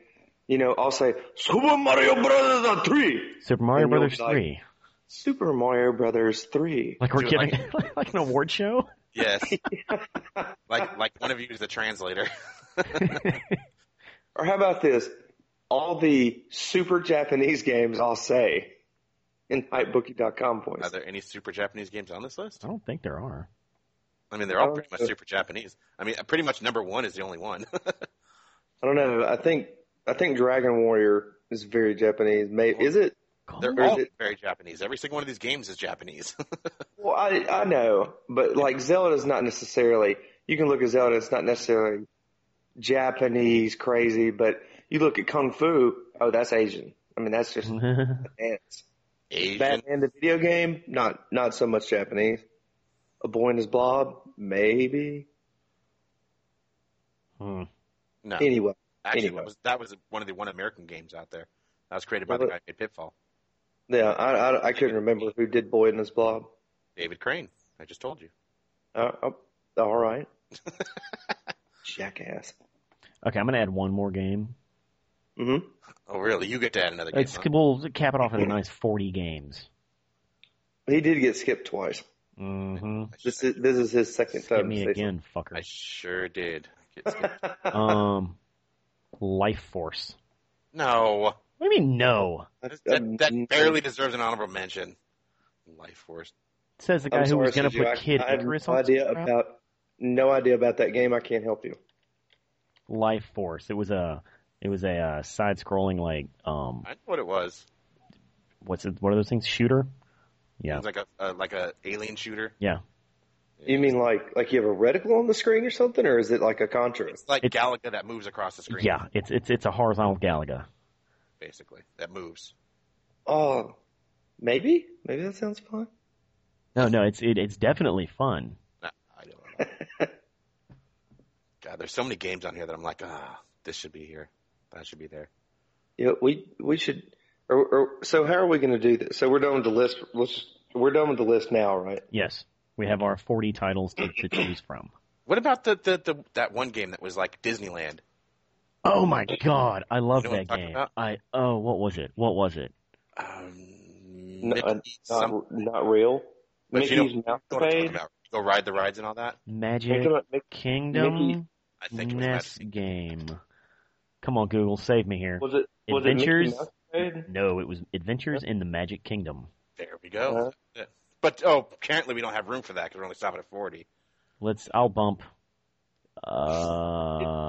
D: you know, I'll say Super Mario Brothers 3.
A: Super Mario
D: And you'll
A: Brothers
D: be like-
A: Three.
D: Super Mario Brothers 3.
A: Like we're
B: Dude,
A: giving like, an award show.
B: yes. like like one of you is the translator.
D: Or how about this? All the super Japanese games I'll say in hypebookie.com voice.
B: Are there any super Japanese games on this list?
A: I don't think there are.
B: I mean, they're all
D: Oh,
B: pretty much
D: sure.
B: super Japanese. I mean, pretty much number one is the only one.
D: I don't know. I think I think Dragon Warrior is very Japanese. May is it?
B: they're
D: Or is
B: all
D: it-
B: very Japanese. Every single one of these games is Japanese.
D: Well, I I know, but like Zelda's not necessarily. You can look at Zelda; it's not necessarily Japanese crazy, but you look at Kung Fu. Oh, that's Asian. I mean, that's
A: Mm-hmm.
D: just dance.
B: Asian.
D: Batman the video game, not not so much Japanese. A Boy and His Blob, maybe.
A: Hmm.
B: No,
D: Anyway,
B: actually,
D: anyway.
B: that was that was one of the one American games out there. That was created by the
D: Well,
B: guy who made Pitfall,
D: yeah, I, I I couldn't remember who did Boy and His Blob.
B: David Crane. I just told you.
D: Uh, uh, all right. Jackass.
A: Okay, I'm gonna add one more game.
D: Mm-hmm.
B: Oh, really? You get to add another game.
A: It's,
B: huh?
A: We'll cap it off at a nice 40 games.
D: He did get skipped twice.
A: Mm-hmm.
D: This is this is his second
A: Hit
D: time.
A: me
D: this
A: again,
B: I
A: fucker.
B: sure did. Get
D: season.
B: skipped.
A: Um, Life Force.
B: no,
A: What do you mean no?
B: that, that, that barely deserves an honorable mention. Life Force.
A: Says the guy
D: I'm
A: who
D: sorry,
A: was going to
D: Sergio,
A: put
D: I-
A: Kid
D: I have
A: Icarus
D: no
A: on
D: idea
A: some crap.
D: about no idea about that game. I can't help you.
A: Life Force. It was a it was a uh, side scrolling like um
B: I know what it was.
A: what's it what are those things shooter?
B: It
A: Yeah.
B: was like a uh, like a alien shooter.
A: Yeah.
D: You mean like like you have a reticle on the screen or something, or is it like a Contra?
B: It's like
A: It-
B: Galaga that moves across the screen.
A: Yeah, it's it's it's a horizontal Galaga.
B: basically that moves.
D: Oh, maybe maybe that sounds fun.
A: No, no, it's it, it's definitely fun.
B: Nah, I don't know. God, there's so many games on here that I'm like, ah, this should be here. That should be there.
D: Yeah, we we should. Or, or, so how are we going to do this? So we're done with the list. Let's, we're done with the list now, right?
A: Yes. We have our 40 titles to, to choose from.
B: What about the, the, the that one game that was like Disneyland?
A: Oh my god, I love
B: You know what I'm
A: that
B: talking
A: game.
B: about?
A: I oh, what was it? What was it?
B: Um,
D: No, uh,
B: Mickey,
D: Not
B: some-
D: not real.
B: but you know- you
D: Mickey's Mouse
B: know what I'm talking
D: Page.
B: about. Go ride the rides and all that.
A: Magic
D: Come on, Mickey.
A: Kingdom
B: I think it was
A: NES
B: Magic.
A: game. Come on, Google, save me here.
D: Was it was
A: Adventures?
D: it Mickey Mouse Page?
A: No, it was Adventures in the Magic Kingdom.
B: There we go.
D: Uh-huh.
B: Yeah. But oh, apparently we don't have room for that because we're only stopping at forty.
A: Let's. I'll bump.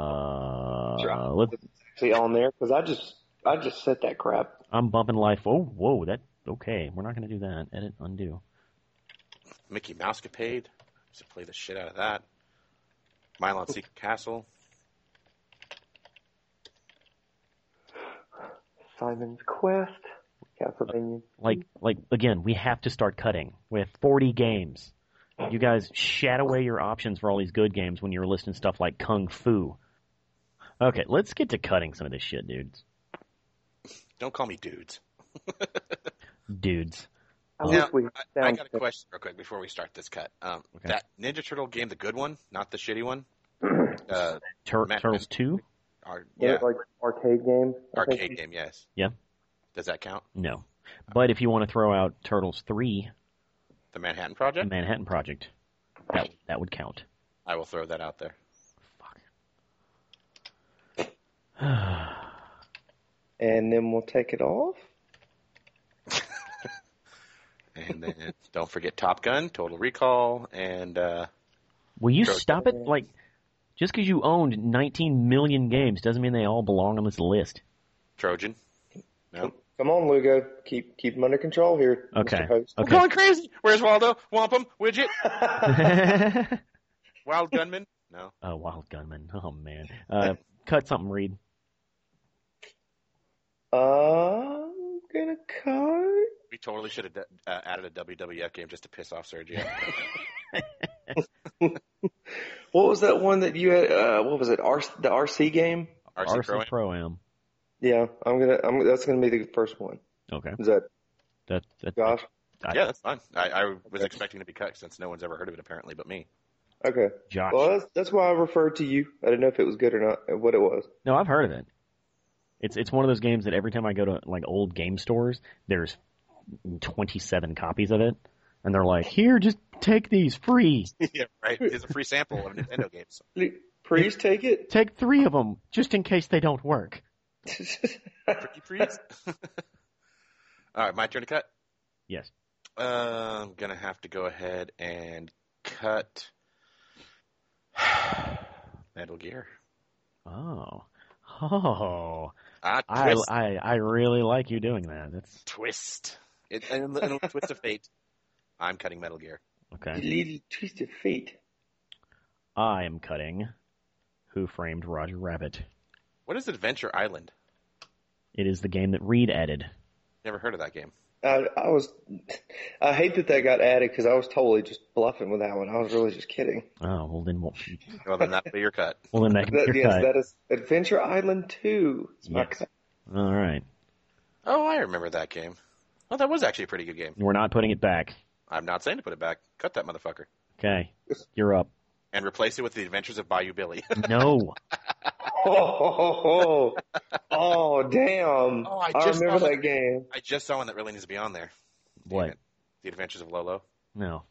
A: Uh, let,
D: Actually, on there because I just I just said that crap.
A: I'm bumping life. Oh, whoa, that okay. We're not gonna do that. Edit, undo.
B: Mickey Mousecapade. I used to play the shit out of that. Mylon Secret Castle.
D: Simon's Quest, Castlevania.
A: Like, like again, we have to start cutting. We have 40 games. You guys shat away your options for all these good games when you were listing stuff like Kung Fu. Okay, let's get to cutting some of this shit, dudes.
B: Don't call me dudes.
A: Dudes.
D: I
B: Now,
D: wish we had
B: I, I
D: sound
B: got a question real quick before we start this cut. Um,
A: Okay.
B: That Ninja Turtle game, the good one, not the shitty one. Uh,
A: Tur-
B: Matt-
A: Turtles 2?
B: our,
C: Wasn't
B: yeah,
C: it like arcade game. I think?
B: arcade game. Yes.
A: Yeah.
B: Does that count?
A: No. But if you want to throw out Turtles 3,
B: The Manhattan
A: the
B: Project.
A: Manhattan Project, that, that would count.
B: I will throw that out there.
D: and then we'll take it off.
B: And then don't forget Top Gun, Total Recall, and uh,
A: Will you
B: Sure.
A: stop it? Like, just because you owned 19 million games doesn't mean they all belong on this list.
B: Trojan. No.
D: Come on, Lugo. Keep keep them under control here.
A: Okay.
D: Mr. Host.
B: I'm
A: Okay.
B: going crazy. Where's Waldo? Wampum, Widget,
A: oh,
B: Wild Gunman. No.
A: Wild Gunman. Oh, man. Uh, cut something, Reed.
D: I'm gonna cut.
B: We totally should have uh, added a WWF game just to piss off Sergio.
D: What was that one that you had? Uh, what was it? R- the RC game.
B: RC Pro.
A: Pro Am.
D: Yeah, I'm gonna. I'm, that's gonna be the first one.
A: Okay.
D: Is that
A: That, that,
D: Josh?
B: Yeah, that's fine. I, I was expecting to be cut since no one's ever heard of it apparently, but me.
D: Okay.
A: Josh.
D: Well, that's, that's why I referred to you. I didn't know if it was good or not, and what it was.
A: No, I've heard of it. It's it's one of those games that every time I go to like old game stores, there's 27 copies of it, and they're like, "Here, just take these free.
B: yeah, right. It's a free sample of Nintendo games.
D: Please take it.
A: Take three of them, just in case they don't work."
B: Pretty please. All right, my turn to cut.
A: Yes.
B: Uh, I'm gonna have to go ahead and cut Metal Gear.
A: Oh, oh,
B: Ah,
A: I,
B: twist,
A: I I really like you doing that. That's
B: twist. It, and, and a twist of fate. I'm cutting Metal Gear.
A: okay.
D: Little twist your feet.
A: I am cutting. Who framed Roger Rabbit?
B: What is Adventure Island?
A: It is the game that Reed added.
B: Never heard of that game.
D: I, I was, I hate that that got added because I was totally just bluffing with that one. I was really just kidding.
A: Oh well, then we'll,
B: Well, then that'll be your cut.
A: well then that can be
D: That,
A: your
D: yes,
A: cut.
D: that is Adventure Island Two. It's my
A: Yes.
D: cut.
A: All right,
B: Oh, I remember that game. Oh, that was actually a pretty good game.
A: we're not putting it back.
B: I'm not saying to put it back. Cut that motherfucker.
A: Okay, you're up.
B: And replace it with The Adventures of Bayou Billy.
A: No.
D: Oh, oh, damn!
B: Oh, I
D: I
B: just
D: remember
B: saw
D: that game.
B: I just saw one that really needs to be on there. Damn
A: What?
B: it. The Adventures of Lolo.
A: No.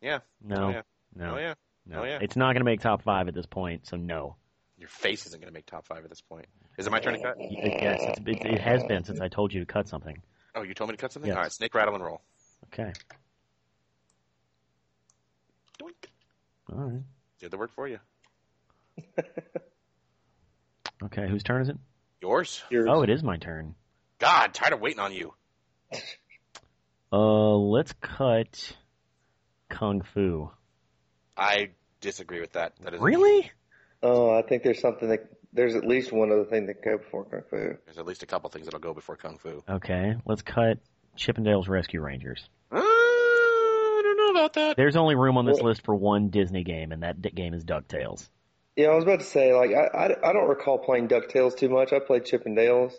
B: Yeah.
A: No.
B: Oh, yeah.
A: No.
B: Oh yeah.
A: No.
B: Oh, yeah.
A: It's not going to make top five at this point, so no.
B: Your face isn't going to make top five at this point. Is it my turn to cut?
A: I guess it's, it, it has been since I told you to cut something.
B: Oh, you told me to cut something.
A: Yes.
B: All right, snake rattle and roll.
A: Okay.
B: Doink.
A: All right.
B: Did the work for you.
A: Okay. Whose turn is it?
B: Yours.
D: Yours.
A: Oh, it is my turn.
B: God, tired of waiting on you.
A: Uh, let's cut Kung Fu.
B: I disagree with that. That is
A: Really?
D: Oh, I think there's something that there's at least one other thing that go before kung fu.
B: There's at least a couple things that'll go before Kung Fu.
A: Okay. Let's cut Chippendale's Rescue Rangers.
B: Uh, I don't know about that.
A: There's only room on this list for one Disney game, and that d- game is DuckTales.
D: Yeah, I was about to say like I, I, I don't recall playing Ducktales too much. I played Chip and Dale's.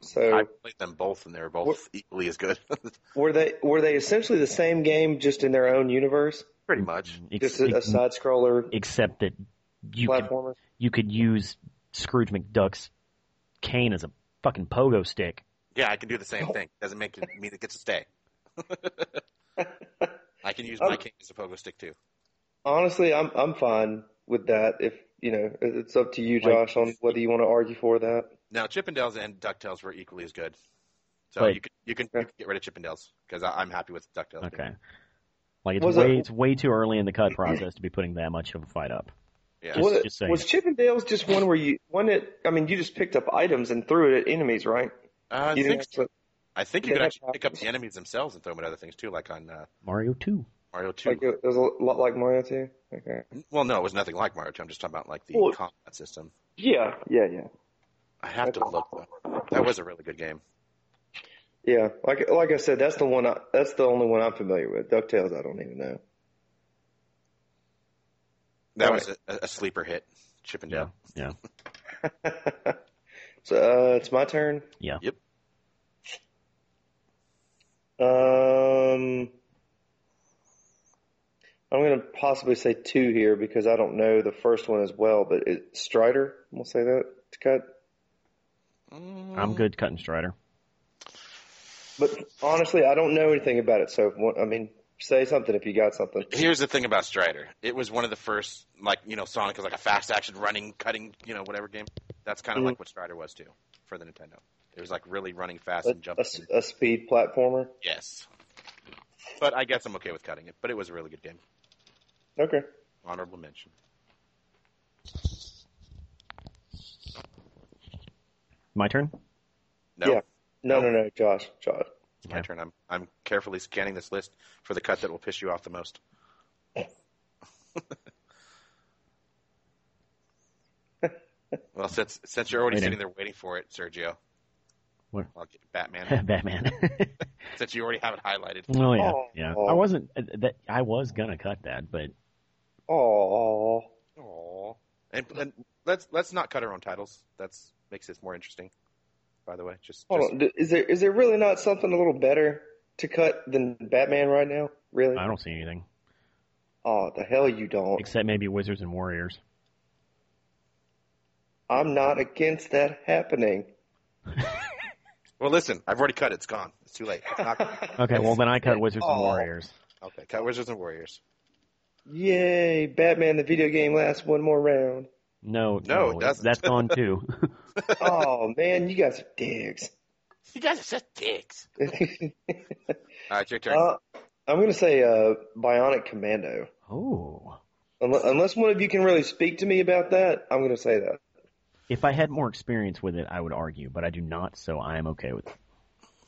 D: So
B: I played them both, and they were both
D: What-
B: equally as good.
D: were they were they essentially the same game just in their own universe?
B: Pretty much.
A: Ex-
D: Just a, a
A: ex-
D: side scroller
A: except that you could,
D: platformer.
A: you could use Scrooge McDuck's cane as a fucking pogo stick.
B: Yeah, I can do the same thing. Doesn't make it mean it gets to stay. I can use my
D: Oh.
B: cane as a pogo stick too.
D: Honestly, I'm I'm fine with that. If you know, it- it's up to you,
A: Like-
D: Josh, on whether you want to argue for that.
B: Now Chippendales and Ducktales were equally as good. So
A: Wait.
B: you can you can, you can get rid of Chippendales because I'm happy with Ducktales.
A: Okay. Like it's
D: Was
A: way
D: it-
A: it's way too early in the cut process to be putting that much of a fight up.
B: Yeah.
A: Just-
D: Was,
A: just saying.
D: was Chippendales just one where you one that I mean you just picked up items and threw it at enemies, right?
B: Uh, I
D: you
B: think
D: didn't actually-
B: I think you
D: They
B: could
D: have
B: actually pick up
D: copies.
B: the enemies themselves and throw them at other things too, like on uh,
A: Mario Two.
B: Mario Two.
D: like it, it was a lot like Mario too. Okay.
B: well, no, it was nothing like Mario Two. I'm just talking about like the
D: Well-
B: combat system.
D: Yeah.
C: Yeah, yeah.
B: I have to look. Though. That was a really good game.
D: Yeah. Like like I said, that's the one. I, that's the only one I'm familiar with. Ducktales, I don't even know.
B: That
D: Right.
B: was a, a sleeper hit. Chippendale.
A: Yeah. Yeah.
D: so uh, it's my turn.
A: Yeah.
B: Yep.
D: Um, I'm going to possibly say two here because I don't know the first one as well. But it, Strider, we'll say that to cut.
A: I'm good cutting Strider.
D: But honestly, I don't know anything about it. So if one- I mean, say something if you got something.
B: Here's the thing about Strider. It was one of the first, like you know, Sonic is like a fast action running, cutting, you know, whatever game. That's kind of
D: Mhm.
B: like what Strider was too for the Nintendo. It was like really running fast
D: A,
B: and
D: a
B: jumping.
D: s- a speed platformer.
B: Yes. But I guess I'm okay with cutting it. But it was a really good game.
D: Okay.
B: Honorable mention.
A: My turn.
B: No,
D: Yeah. No, no, no, Josh, Josh.
B: it's my
A: Okay.
B: turn. I'm I'm carefully scanning this list for the cut that will piss you off the most. well, since since you're already
A: Waiting.
B: sitting there waiting for it, Sergio.
A: What?
B: I'll get Batman.
A: Batman.
B: since you already have it highlighted.
A: oh yeah.
D: Oh.
A: Yeah. I wasn't uh, that I was gonna cut that, but
D: Oh,
B: Aww. And, and let's let's not cut our own titles. That's makes this more interesting. By the way, just,
D: hold
B: just
D: on. D- Is there is there really not something a little better to cut than Batman right now? Really?
A: I don't see anything
D: Oh, the hell you don't.
A: except maybe Wizards and Warriors.
D: I'm not against that happening.
B: well, listen. I've already cut it. It's gone. It's too late. It's not,
A: Okay, well then I cut Wizards and
D: Oh.
A: Warriors.
B: okay, cut Wizards and Warriors.
D: Yay, Batman the video game lasts one more round.
A: No,
B: No, it doesn't.
A: that's gone too.
D: oh man, you guys are dicks.
B: You guys are such dicks. All right, your turn.
D: uh, I'm gonna say uh, Bionic Commando.
A: oh,
D: Unless, unless one of you can really speak to me about that, I'm gonna say that.
A: if I had more experience with it, I would argue, but I do not, so I am okay with it.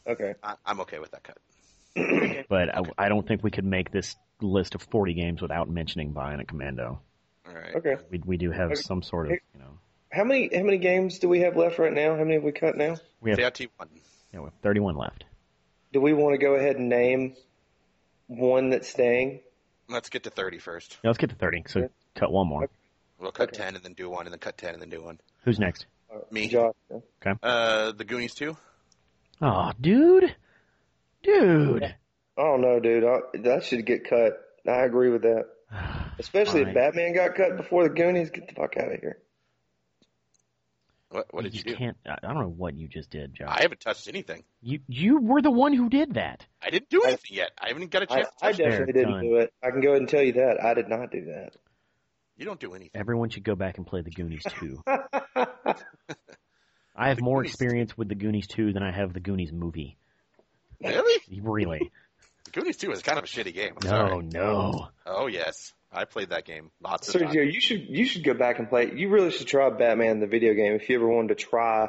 D: Okay.
B: I, I'm okay with that cut.
A: But I, I don't think we could make this list of 40 games without mentioning Bionic Commando.
B: All right.
D: Okay.
A: We, we do have
D: Okay.
A: some sort of, you know,
D: How many how many games do we have left right now? How many have we cut now?
A: we have,
B: JIT one.
A: you know, we have 31 left.
D: Do we want to go ahead and name one that's staying?
B: Let's get to 30 first.
A: Now let's get to 30, so cut one more.
B: We'll cut
D: Okay.
B: 10 and then do one, and then cut 10 and then do one.
A: Who's next?
B: Me.
D: Josh.
B: Uh, the Goonies too.
A: Oh, dude. Dude.
D: Oh no, dude, I, that should get cut. I agree with that. Especially
A: Fine.
D: if Batman got cut before the Goonies. Get the fuck out of here.
B: What, what did you, do?
A: can't. I I don't know what you just did, Josh.
B: I haven't touched anything.
A: you you were the one who did that.
B: I didn't do
D: I-
B: anything yet. I haven't got a
D: I,
B: chance to
D: I
B: touch it.
D: definitely
A: Fair,
D: didn't
A: done.
D: do it. I can go ahead and tell you that I did not do that.
B: You don't do anything.
A: Everyone should go back and play the Goonies too. I have more
B: Goonies.
A: experience with the Goonies 2 than I have the Goonies movie.
B: Really?
A: Really?
B: The Goonies 2 is kind of a shitty game. I'm
A: No,
B: sorry.
A: no.
B: Oh, yes. I played that game lots of times.
D: Sergio, you should you should go back and play. it. You really should try Batman the video game if you ever wanted to try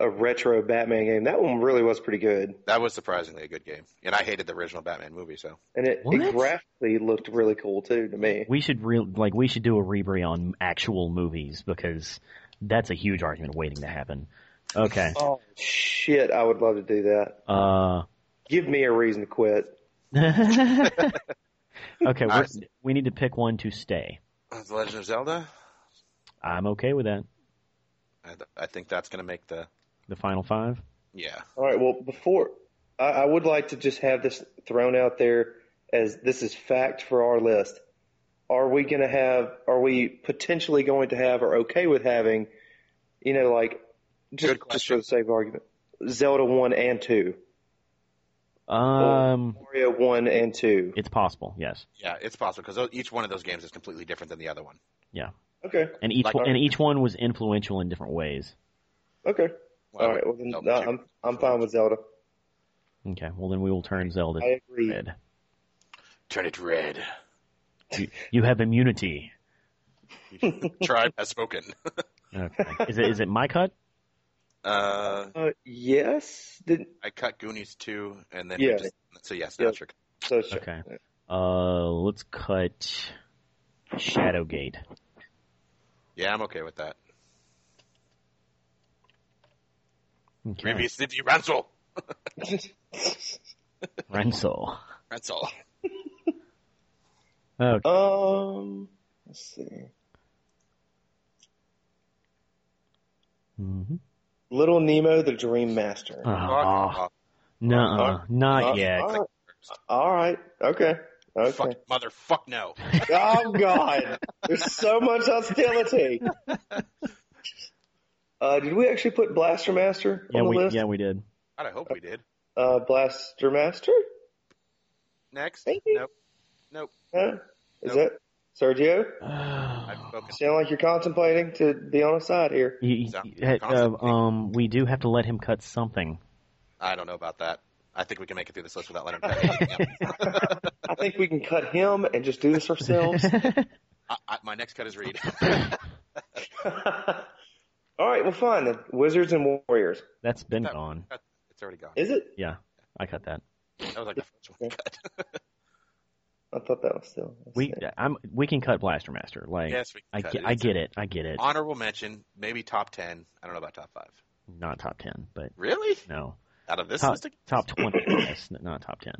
D: a retro Batman game. That one really was pretty good,
B: That was surprisingly a good game. And I hated the original Batman movie, so.
D: and it,
A: What?
D: it graphically looked really cool too to me.
A: We should real like we should do a rebre on actual movies because that's a huge argument waiting to happen. Okay.
D: Oh shit! I would love to do that.
A: Uh
D: Give me a reason to quit.
A: Okay, we're,
B: Nice.
A: we need to pick one to stay.
B: Uh, The Legend of Zelda?
A: I'm okay with that.
B: I, th- I think that's going to make the.
A: The final 5.
B: Yeah.
D: All right. Well, before I, I would like to just have this thrown out there as this is fact for our list. Are we going to have? Are we potentially going to have, or okay with having? You know, like just
B: Good
D: just
B: question.
D: for the sake of argument, Zelda one and two,
A: Um
D: Mario one and two.
A: it's possible. Yes.
B: Yeah, it's possible because each one of those games is completely different than the other one.
D: Okay.
A: And each
B: Like-
A: one- and each one was influential in different ways.
D: Okay.
B: Well,
D: All right. Well, then
B: Zelda
D: no,
B: 2.
D: I'm I'm fine with Zelda.
A: Okay. Well, then we will turn Zelda
D: I agree.
A: red.
B: Turn it red.
A: You, you have immunity.
B: Tribe has spoken.
A: Okay. Is it is it my cut?
B: Uh,
D: Uh, yes. Did,
B: I cut Goonies 2, and then.
D: Yeah.
B: We just, so, yes,
D: Yeah.
B: that's your.
D: so sure.
A: Okay. Uh, let's cut Shadowgate.
B: Yeah, I'm okay with that.
A: Okay.
B: Previous City Ransel.
A: Renzel.
B: Ransel.
A: Okay.
D: um. Let's see.
A: Mhm.
D: Little Nemo, the Dream Master.
B: Uh-huh.
A: Ah, nuh-uh.
D: Uh,
A: not yet.
D: All right. All right. Okay. Okay.
B: Oh, Fuck, mother, fuck no.
D: Oh God. There's so much hostility. Uh, did we actually put Blaster Master
A: Yeah,
D: on the
A: we
D: list?
A: yeah we did.
B: God, I hope we did.
D: Uh, Blaster Master?
B: Next.
D: Thank you.
B: Nope. Nope.
D: Huh? Is
B: Nope.
D: that Sergio?
B: I've spoken.
D: Sound like you're contemplating to be on a side here.
A: He- he- uh, um, we do have to let him cut something.
B: I don't know about that. I think we can make it through this list without letting him cut anything else.
D: I think we can cut him and just do this ourselves.
B: I, I, my next cut is Reed.
D: All right, well, fine. then. Wizards and Warriors.
A: That's been
B: That-
A: gone.
B: it's already gone.
D: Is it?
A: I cut that.
B: That was like the first one. Cut.
D: I thought that was still. let's
A: We
D: see.
A: I'm we can cut Blaster Master. Like
B: Yes, we
A: I
B: can cut
A: get,
B: it.
A: I
B: It's
A: get it. I get it.
B: Honorable mention, maybe top 10. I don't know about top 5.
A: Not top ten, but
B: Really?
A: no
B: Out of this
A: Top-
B: list?
A: top twenty. yes, not top ten.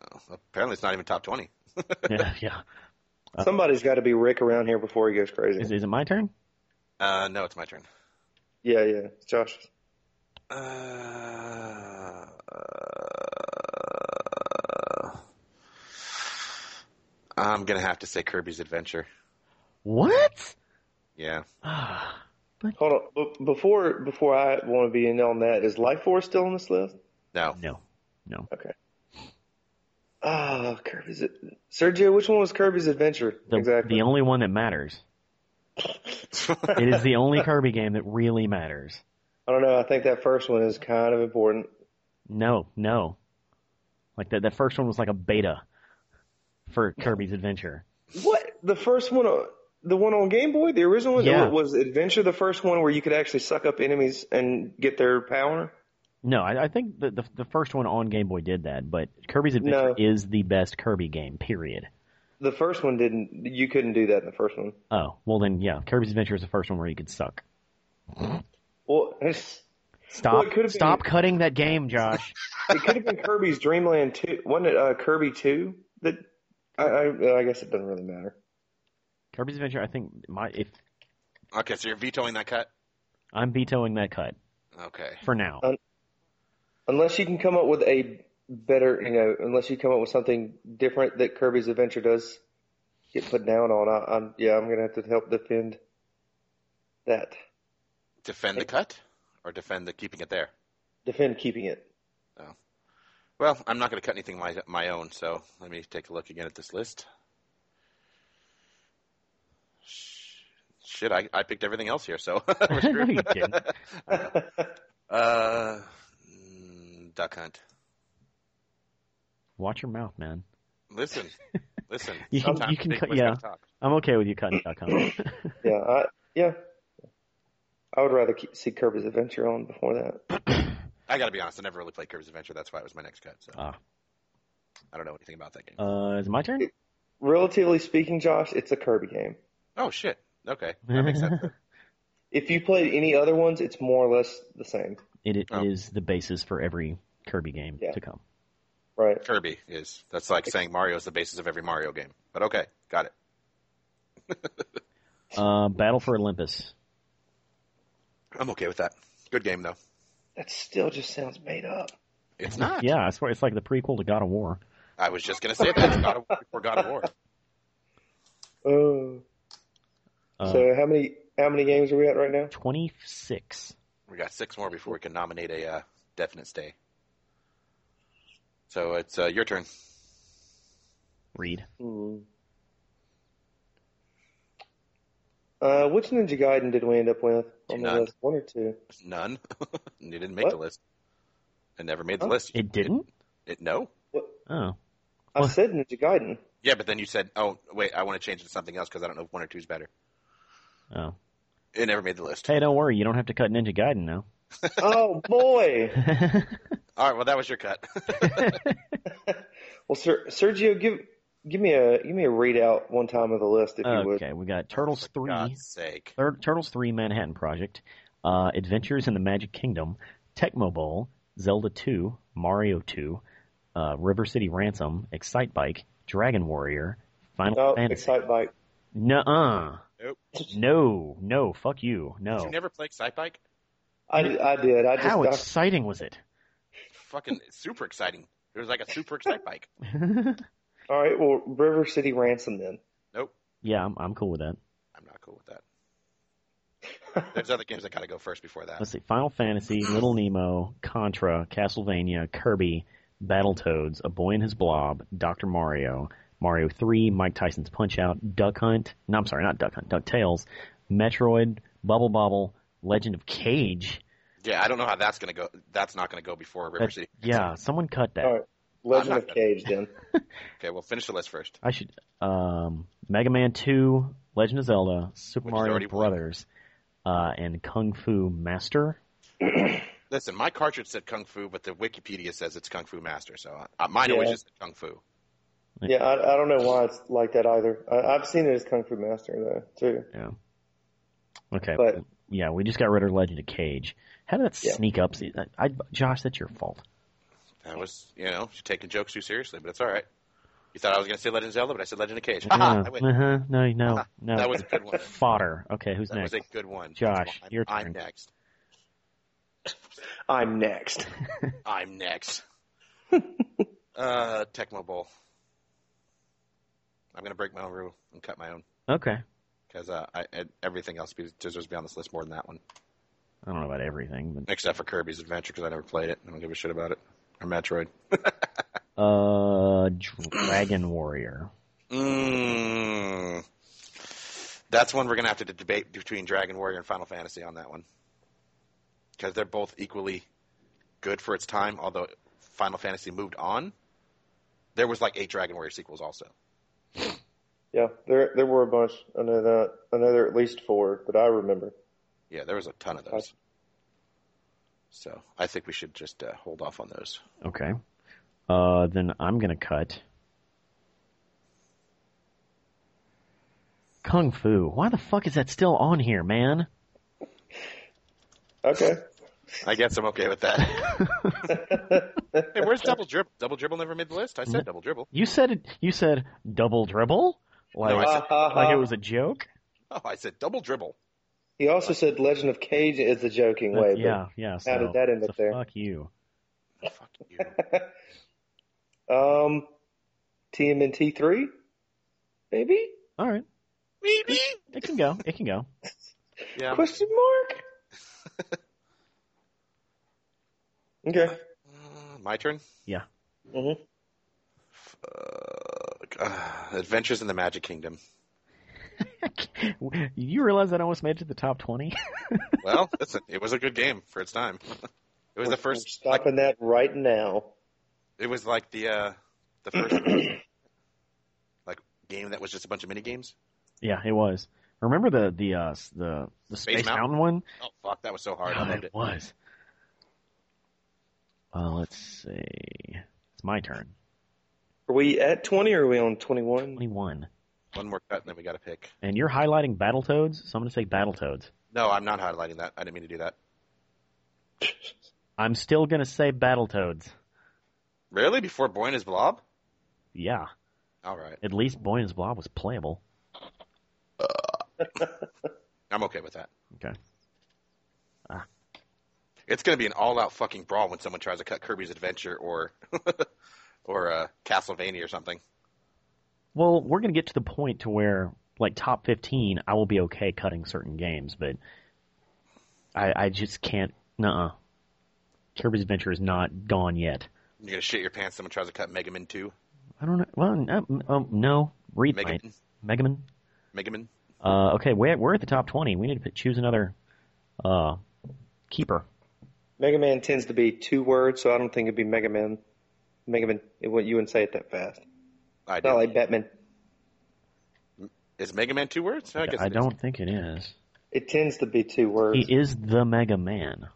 B: Oh, apparently it's not even top 20.
A: Yeah, yeah.
D: Somebody's got to be Rick around here before he goes crazy.
A: Is, is it my turn?
B: Uh, no, it's my turn.
D: Yeah, yeah. It's Josh.
B: Uh, I'm going to have to say Kirby's Adventure.
A: What?
B: Yeah.
A: Ah,
D: Hold on. B- before before I want to be in on that, is Life Force still on this list?
B: No.
A: no, no.
D: Okay. Ah, Kirby's. Sergio, which one was Kirby's Adventure?
A: The,
D: exactly.
A: the only one that matters. It is the only Kirby game that really matters.
D: I don't know. I think that first one is kind of important.
A: No, no. Like that, that first one was like a beta for Kirby's Adventure.
D: What the first one? uh, The one on Game Boy, the original one,
A: Yeah.
D: was Adventure the first one where you could actually suck up enemies and get their power?
A: No, I, I think the, the the first one on Game Boy did that, but Kirby's Adventure
D: No.
A: is the best Kirby game. Period.
D: The first one didn't. You couldn't do that in the first one.
A: Oh well, then yeah, Kirby's Adventure is the first one where you could suck.
D: Well, it's- Well,
A: Stop!
D: it could've
A: stop
D: been-
A: cutting that game, Josh.
D: it could have been Kirby's Dreamland Two. Wasn't it uh, Kirby Two? That I, I, I guess it doesn't really matter.
A: Kirby's Adventure. I think my if
B: okay, so you're vetoing that cut?
A: I'm vetoing that cut
B: Okay.
A: for now.
D: Oh, Unless you can come up with a better, you know, unless you come up with something different that Kirby's Adventure does get put down on. I, I'm yeah, I'm gonna have to help defend that.
B: defend the cut or defend the keeping it there?
D: Defend keeping it.
B: Well, I'm not going to cut anything my my own, so let me take a look again at this list. Sh- Shit, I, I picked everything else here, so we're
A: No,
B: screwed.
A: you didn't.
B: uh, mm, duck hunt.
A: Watch your mouth, man.
B: Listen, listen.
A: You can-
B: Sometimes
A: you can
B: big
A: cut-
B: boys gotta
A: yeah.
B: talk.
A: I'm okay with you cutting duck hunt.
D: Yeah, I, yeah. I would rather keep, see Kirby's Adventure on before that.
B: I got to be honest. I never really played Kirby's Adventure. That's why it was my next cut. So
A: Ah.
B: I don't know anything about that game.
A: uh, is it my turn?
D: Relatively speaking, Josh, it's a Kirby game.
B: oh shit. Okay, that makes sense.
D: If you played any other ones, it's more or less the same,
A: It, it
B: Oh.
A: is the basis for every Kirby game
D: Yeah.
A: to come.
D: right?
B: Kirby is. That's like saying Mario is the basis of every Mario game. But okay, got it.
A: Uh, Battle for Olympus.
B: I'm okay with that. Good game though.
D: That still just sounds made up.
B: It's not.
A: Yeah, I swear it's like the prequel to God of War.
B: I was just gonna say that God of War before God of War.
D: Oh.
A: Uh,
D: so how many how many games are we at right now?
A: 26.
B: We got six more before we can nominate a uh, definite stay. So it's uh, your turn.
A: Read.
D: Hmm. Uh, which Ninja Gaiden did we end up with on the
B: None.
D: list? One or two?
B: None. you didn't make
D: What?
B: the list. It never made the
D: Oh.
B: list.
A: It didn't?
B: It, it- no.
A: Oh.
D: I
A: What?
D: said Ninja Gaiden.
B: Yeah, but then you said, "Oh, wait, I want to change it to something else because I don't know if one or two is better."
A: Oh.
B: It never made the list.
A: Hey, don't worry. You don't have to cut Ninja Gaiden now.
D: Oh boy!
B: All right, well, that was your cut.
D: Well, Ser- Sergio, give give me a give me a readout one time of the list if you would. Oh
A: okay, we got Turtles
B: For
A: 3.
B: God's sake.
A: Third, Turtles 3 Manhattan Project, uh, Adventures in the Magic Kingdom, Tecmo Bowl, Zelda 2, Mario 2, uh, River City Ransom, Excite Bike, Dragon Warrior, Final
D: No,
A: Fantasy.
D: Oh, Excite Bike.
A: Nuh-uh.
B: Nope.
A: No, no, fuck you, no.
B: Did you never play Excitebike?
D: I, I did. I just
A: How
D: I-
A: exciting was it?
B: Fucking super exciting. It was like a super Excitebike.
D: all right. Well, River City Ransom then.
B: Nope.
A: yeah, I'm, I'm cool with that.
B: I'm not cool with that. There's other games that gotta go first before that.
A: Let's see, Final Fantasy, Little Nemo, Contra, Castlevania, Kirby, Battletoads, A Boy and His Blob, Dr. Mario, Mario 3, Mike Tyson's Punch-Out, Duck Hunt, no, I'm sorry, not Duck Hunt, DuckTales, Metroid, Bubble Bobble, Legend of Cage.
B: Yeah, I don't know how that's gonna go. That's not gonna go before River
A: That-
B: City.
A: yeah, someone cut that.
D: All right. Legend
B: I'm
D: of
B: not-
D: Cage then.
B: Okay, well, finish the list first.
A: I should, um, Mega Man 2, Legend of Zelda, Super
B: Which is
A: Mario
B: already played.
A: Brothers, uh, and Kung Fu Master.
B: Listen, my cartridge said Kung Fu, but the Wikipedia says it's Kung Fu Master, so uh, mine always
D: Yeah.
B: just said Kung Fu.
D: yeah, I, I don't know why it's like that either. I, I've seen it as Kung Fu Master though too.
A: Yeah. Okay.
D: But-
A: yeah, we just got rid of Legend of Cage. How did that
D: Yeah.
A: sneak up? See, I, I, Josh, that's your fault.
B: That was, you know, she's taking jokes too seriously, but it's all right. You thought I was gonna say Legend of Zelda, but I said Legend of Cage. Ha ha! I
A: uh,
B: win.
A: uh-huh, no, no, no.
B: That was a good one.
A: fodder. Okay, who's
B: That
A: next?
B: was a good one.
A: Josh,
B: I'm,
A: your turn.
B: I'm next.
D: I'm next.
B: I'm next. uh, Tecmo Bowl. I'm gonna break my own rule and cut my own
A: Okay.
B: because uh, I, I, everything else be- deserves to be on this list more than that one,
A: I don't know about everything,
B: except for Kirby's Adventure because I never played it. I don't give a shit about it. Or Metroid.
A: but uh, Dragon Warrior.
B: Mm. That's one we're gonna have to debate between Dragon Warrior and Final Fantasy on that one because they're both equally good for its time. Although Final Fantasy moved on, there was like eight Dragon Warrior sequels also.
D: Yeah, there there were a bunch. I know that. I know there are at least four that I remember.
B: Yeah, there was a ton of those. So I think we should just uh, hold off on those.
A: Okay. Uh, then I'm gonna cut. Kung Fu. Why the fuck is that still on here, man?
D: Okay.
B: I guess I'm okay with that. hey, where's double dribble? Double dribble never made the list. I said double dribble.
A: You said it. You said double dribble, like
D: uh-huh.
B: No, I said-
A: like it was a joke.
B: Oh, I said double dribble.
D: He also said Legend of Cage is a joking way.
A: That's- yeah, yeah. So,
D: did that end
A: so
D: up there?
A: Fuck you.
B: Fuck you.
D: But, um, TMNT three, maybe?
A: All right,
B: Maybe.
A: it can go. It can go.
B: Yeah.
D: Question mark? Okay.
B: Mm, My turn.
A: Yeah.
D: Mm-hmm.
B: Uh, Adventures in the Magic Kingdom.
A: you realize that I almost made it to the top 20?
B: Well, listen, it was a good game for its time. It was the first.
D: Stopping that right now.
B: It was like the uh, the first like game that was just a bunch of mini games.
A: yeah, it was. Remember the the uh, s- the the Space,
B: Mountain?
A: Mountain one?
B: Oh fuck, that was so hard. I
A: God,
B: loved
A: it
B: it.
A: was. Uh, let's see. It's my turn.
D: Are we at 20 or are we on 21?
A: 21.
B: One more cut, and then we got to pick.
A: And you're highlighting Battletoads, so I'm going to say Battletoads.
B: No, I'm not highlighting that. I didn't mean to do that.
A: I'm still going to say Battletoads.
B: Really? Before Boy and His Blob?
A: Yeah.
B: All right,
A: At least Boy and His Blob was playable.
B: I'm okay with that.
A: Okay. Ah.
B: It's going to be an all-out fucking brawl when someone tries to cut Kirby's Adventure or or uh, Castlevania or something.
A: Well, we're going to get to the point to where, like, top 15, I will be okay cutting certain games, but I, I just can't. Nuh uh. Kirby's Adventure is not gone yet.
B: You're going to shit your pants. Someone tries to cut Mega Man Two.
A: I don't know. Well, no, um, no. Read
B: Mega
A: might.
B: Man.
A: Megaman.
B: Mega Man.
A: Uh, okay, we're, we're at the top 20. We need to p- choose another uh, keeper.
D: Mega Man tends to be two words, so I don't think it'd be Mega Man. Mega Man, it, wouldn't- you wouldn't say it that fast.
B: I
D: Not
B: do.
D: like Batman.
B: Is Mega Man two words? I guess
A: I
B: it is.
A: don't think it is.
D: It tends to be two words.
A: He is the Mega Man.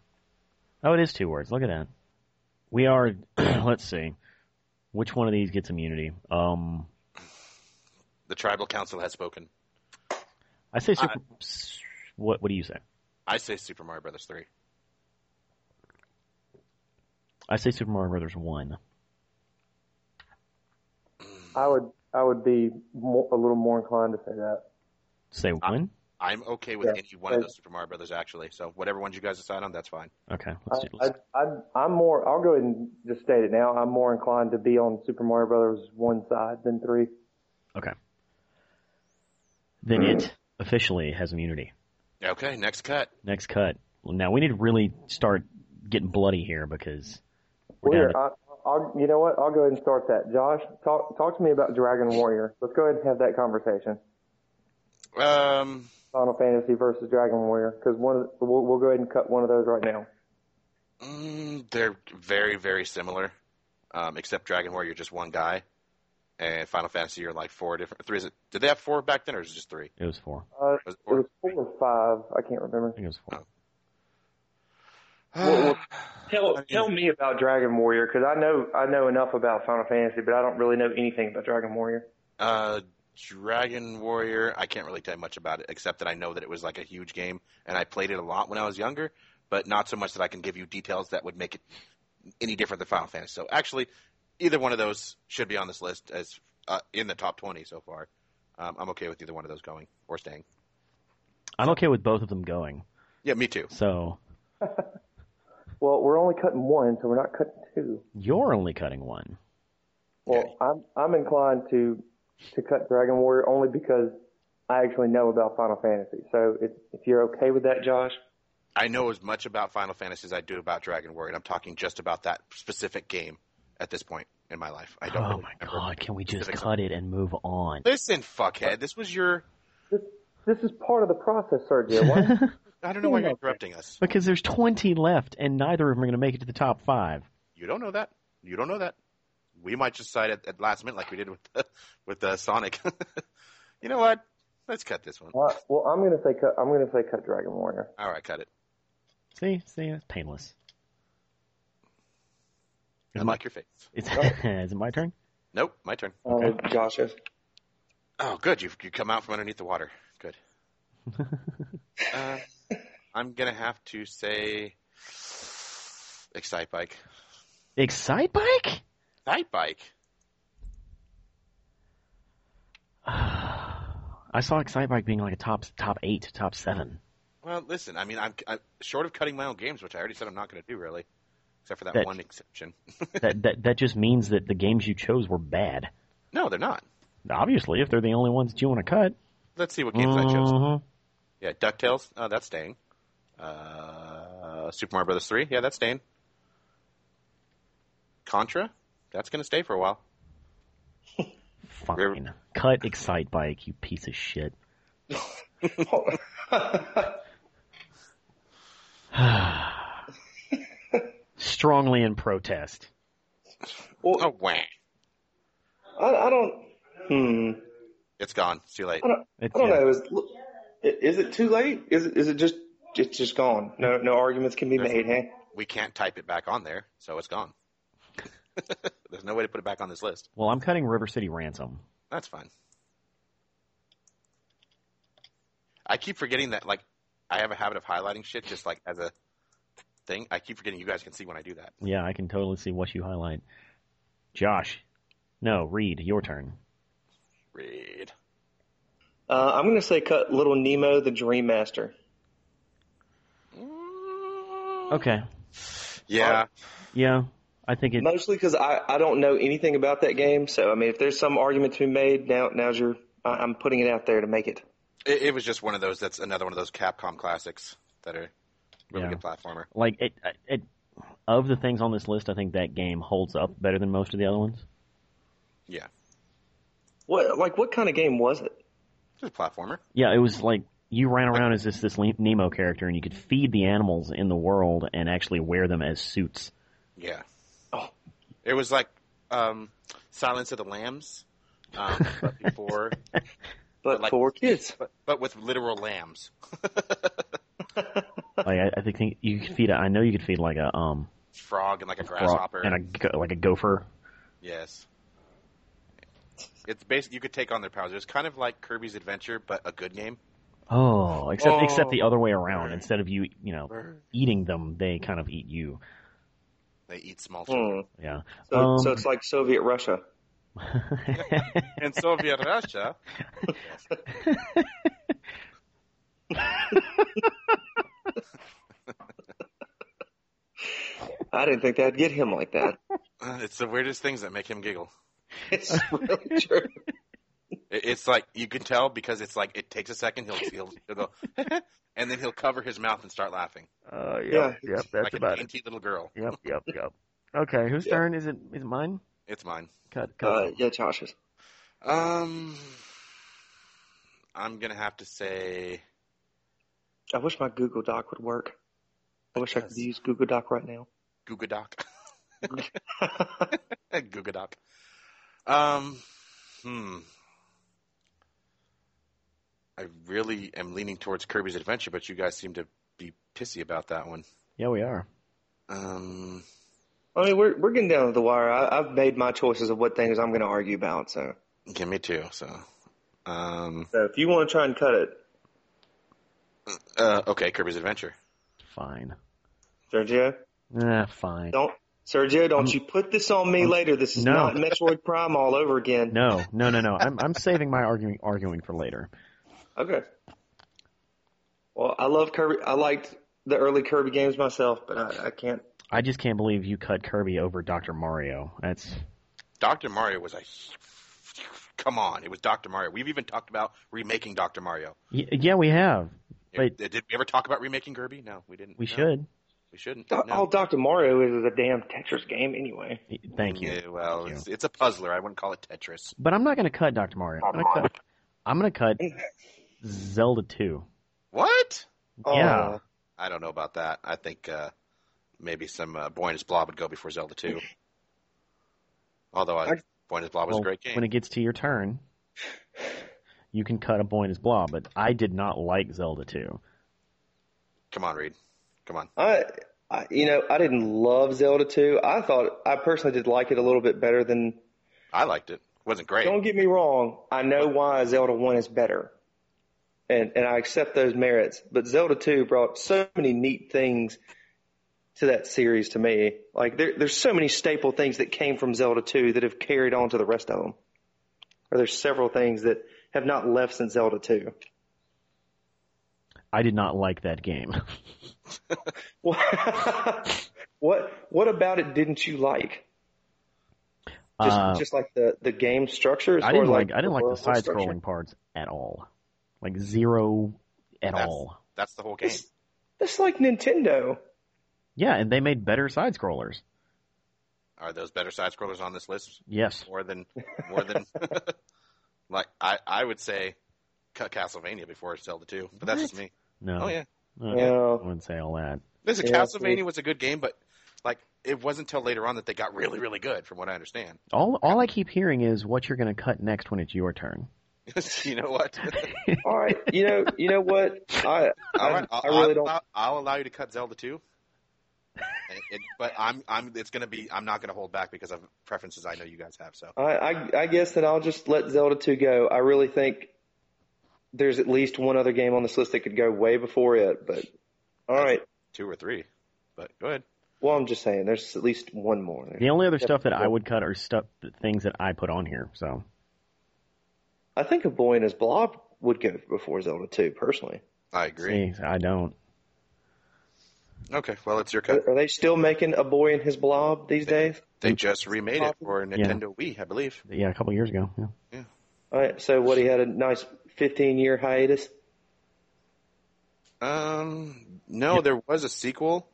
A: Oh, it is two words. Look at that. We are. let's see. Which one of these gets immunity? Um,
B: The tribal council has spoken.
A: I say super.
B: Uh,
A: s- what What do you say?
B: I say Super Mario Brothers three.
A: I say Super Mario Brothers one.
C: I would I would be mo a little more inclined to say that.
A: Say
B: Uh,
A: one.
B: I'm okay with
C: Yeah,
B: any one of
C: I-
B: those Super Mario Brothers actually. So whatever ones you guys decide on, that's fine.
A: Okay. Let's
C: I,
A: do,
C: I,
B: uh,
A: let's,
C: I, I'm more. I'll go ahead and just state it now. I'm more inclined to be on Super Mario Brothers one side than three.
A: okay. Then
B: mm.
A: it officially has immunity.
B: Okay, next cut.
A: Next cut. Now we need to really start getting bloody here because we're down
C: Weird.
A: to-
C: I, I'll, you know what? I'll go ahead and start that. Josh, talk talk to me about Dragon Warrior. Let's go ahead and have that conversation.
B: Um,
C: Final Fantasy versus Dragon Warrior, because one of the, we'll, we'll go ahead and cut one of those right now.
B: mm, they're very very similar, um, except Dragon Warrior you're just one guy, and Final Fantasy you're like four different. Three is it? Did they have four back then, or is it just three?
A: it was four.
C: Uh,
B: Was it
C: it was
B: four?
C: four or five. I can't remember.
A: I think it was four.
C: Well, well, tell tell me about Dragon Warrior, because I know I know enough about Final Fantasy, but I don't really know anything about Dragon Warrior.
B: Uh, Dragon Warrior, I can't really tell you much about it except that I know that it was like a huge game and I played it a lot when I was younger, but not so much that I can give you details that would make it any different than Final Fantasy. So actually, either one of those should be on this list as uh, in the top 20 so far. Um, I'm okay with either one of those going or staying.
A: I'm okay with both of them going.
B: Yeah, me too.
A: So
C: Well, we're only cutting one, so we're not cutting two.
A: you're only cutting one.
C: Well, I'm I'm inclined to to cut Dragon Warrior only because I actually know about Final Fantasy. So if if you're okay with that, Josh,
B: I know as much about Final Fantasy as I do about Dragon Warrior, and I'm talking just about that specific game at this point in my life. I don't
A: Oh
B: really
A: my
B: remember.
A: god, can we just
B: specifics.
A: cut it and move on?
B: Listen, fuckhead, this was your.
C: this this is part of the process, Sergio. Why?
B: I don't know why you're interrupting us.
A: Because there's 20 left and neither of them are going to make it to the top 5.
B: You don't know that. You don't know that. We might just decide at, at last minute, like we did with with uh, Sonic. you know what? Let's cut this
A: Uh,
B: one.
C: Well, well, I'm gonna say cut. I'm gonna say cut Dragon Warrior.
B: All right, cut it.
A: See? See? It's painless.
B: I
A: Is my,
B: like your face.
A: is, is it my turn?
B: Nope, my turn.
C: Um,
D: Uh, Josh is.
B: Oh, good. You you come out from underneath the water. Good. uh, I'm gonna have to say, excite bike.
A: Excite Bike?
B: Excite bike.
A: I saw Excite Bike being like a top top 8, top 7.
B: Well, listen. I mean, I'm, i short of cutting my own games, which I already said I'm not gonna do really, except for that,
A: That-
B: one exception.
A: that, that that just means that the games you chose were bad.
B: no, they're not.
A: Obviously, if they're the only ones that you want to cut.
B: Let's see what games I chose.
A: Mhm.
B: Yeah, Ducktales. Uh, that's staying. Uh, Super Mario Brothers three, yeah, that's staying. Contra, that's going to stay for a while.
A: Fine.
B: River-
A: Cut Excite Bike, you piece of shit.
D: Oh,
A: Strongly in protest.
B: Oh, wah.
D: I, I don't. Hmm.
B: It's gone. It's too late.
D: I don't.
A: It's,
D: I don't
A: yeah.
D: know. Is, is it too late? Is it? Is it just? It's just gone. No. No arguments can be made. Huh?
B: We can't type it back on there, so it's gone. There's no way to put it back on this list.
A: Well, I'm cutting River City Ransom.
B: That's fine. I keep forgetting that, like, I have a habit of highlighting shit just like as a thing. I keep forgetting you guys can see when I do that.
A: Yeah, I can totally see what you highlight. Josh. No, Reed, your turn.
B: Read.
D: Uh, I'm gonna say cut little Nemo the Dream Master.
A: Okay.
B: Yeah,
A: Yeah, I think it.
D: Mostly because I, I don't know anything about that game. So I mean, if there's some argument to be made, now now's your. I, I'm putting it out there to make it.
B: it, it was just one of those. That's another one of those Capcom classics that are really
A: Yeah.
B: good platformer.
A: like it, it of the things on this list, I think that game holds up better than most of the other ones.
B: Yeah,
D: What like what kind of game was it?
B: just platformer.
A: Yeah, it was like you ran around as this this Le- Nemo character, and you could feed the animals in the world and actually wear them as suits.
B: Yeah.
D: Oh.
B: It was like um, Silence of the Lambs, um, but before,
D: But
B: Like-
D: for kids.
B: but, but with literal lambs.
A: Like I, I think- think you could feed. A, I know you could feed like a um
B: Frog and like a
A: frog
B: grasshopper.
A: and a go- like a gopher.
B: Yes. It's basically you could take on their powers. It was kind of like Kirby's Adventure, but a good game.
A: Oh, except
B: Oh.
A: except the other way around. Instead of you, you know, eating them, they kind of eat you.
B: They eat small children.
D: Hmm.
A: Yeah.
D: So,
A: Um,
D: so it's like Soviet Russia.
A: Hmm.
B: In Soviet Russia,
D: I didn't think that'd get him like that.
B: uh, it's the weirdest things that make him giggle.
D: It's really true.
B: It, it's like you can tell because it's like it takes a second. He'll he'll, he'll go, and then he'll cover his mouth and start laughing
A: uh,
D: Yeah.
A: Yep. That's
B: like a dainty little girl.
A: Yep. Yep. Yep. Okay. Whose
D: Yeah.
A: turn is it? Is it mine?
B: It's mine.
A: Cut.
D: Uh, yeah, Josh's.
B: Um, I'm gonna have to say
D: I wish my Google Doc would work. I wish I could use Google Doc right now.
B: Googadoc. Googadoc. Um, hmm. I really am leaning towards Kirby's Adventure, but you guys seem to be pissy about that one.
A: yeah, we are.
B: Um,
D: I mean, we're we're getting down to the wire. I, I've made my choices of what things I'm going to argue about. So,
B: give me two. So, um,
D: so if you want to try and cut it,
B: uh, okay, Kirby's Adventure.
A: Fine.
D: Sergio,
A: Eh, fine.
D: don't Sergio, don't you put this on me later. This is
A: No.
D: not Metroid Prime all over again.
A: No, no, no, no. I'm I'm saving my arguing arguing for later.
D: Okay. Well, I love Kirby. I liked the early Kirby games myself, but I, I can't.
A: I just can't believe you cut Kirby over Dr. Mario. That's
B: Dr. Mario was a. Come on, it was Dr. Mario. We've even talked about remaking Dr. Mario.
A: y- yeah, we have. Wait.
B: Did we ever talk about remaking Kirby? No, we didn't.
A: We
B: No,
A: should.
B: We shouldn't.
D: All
B: No.
D: Dr. Oh, Mario is is a damn Tetris game anyway.
A: Thank you.
B: Yeah, well,
A: Thank you.
B: it's, it's a puzzler. I wouldn't call it Tetris.
A: But I'm not gonna cut Dr. Mario. I'm gonna cut, I'm gonna cut Zelda 2.
B: What?
A: Yeah.
B: I don't know about that. I think uh, maybe some uh, Boy and His Blob would go before Zelda 2. Although I,
D: I-
B: Boy and His Blob was
A: Well,
B: a great game.
A: When it gets to your turn, you can cut a boy in his blah. But I did not like Zelda 2.
B: Come on, Reed. Come on.
D: Oh, I, I, you know, I didn't love Zelda 2. I thought I personally did like it a little bit better than.
B: I liked it. wasn't great.
D: Don't get me wrong. I know why Zelda 1 is better, and and I accept those merits. But Zelda 2 brought so many neat things to that series to me. Like there, there's so many staple things that came from Zelda 2 that have carried on to the rest of them. Or there's several things that have not left since Zelda 2.
A: I did not like that game.
D: What, what, what about it didn't you like? Just,
A: Uh,
D: just like the, the game structure.
A: I didn't
D: or like,
A: like, I didn't like the
D: world
A: side
D: structure?
A: scrolling parts at all. Like zero at
B: That's-
A: all.
B: That's the whole game.
D: That's like Nintendo.
A: Yeah, and they made better side scrollers.
B: Are those better side scrollers on this list?
A: Yes.
B: More than more than like I I would say cut Castlevania before Zelda 2, but that's just me.
A: No.
B: Oh yeah.
A: No,
D: Yeah.
A: I wouldn't say all that.
B: Listen,
D: Yeah,
B: Castlevania was a good game, but like it wasn't until later on that they got really, really good, from what I understand.
A: All all I keep hearing is what you're going to cut next when it's your turn.
B: you know what?
D: All right, you know, you know what? I
B: All
D: I,
B: right, I'll,
D: I really
B: I'll,
D: don't.
B: I'll, I'll allow you to cut Zelda two. And- and- but I'm I'm it's gonna be I'm not gonna hold back because of preferences I know you guys have. So
D: I, I I guess that I'll just let Zelda two go. I really think there's at least one other game on this list that could go way before it. But all right,
B: two or three, but go ahead.
D: well, I'm just saying there's at least one more.
A: The only other stuff that I would cut are stuff things that I put on here. So
D: I think a boy and his blob would go before Zelda two. Personally,
B: I agree.
A: see, I don't.
B: Okay, well it's your cut.
D: are, are they still making a boy and his blob these days?
B: They just remade it for Nintendo Wii, I believe.
A: Yeah, a couple years ago. Yeah.
D: All right, so what? He had a nice 15 year hiatus.
B: Um, no, there was a sequel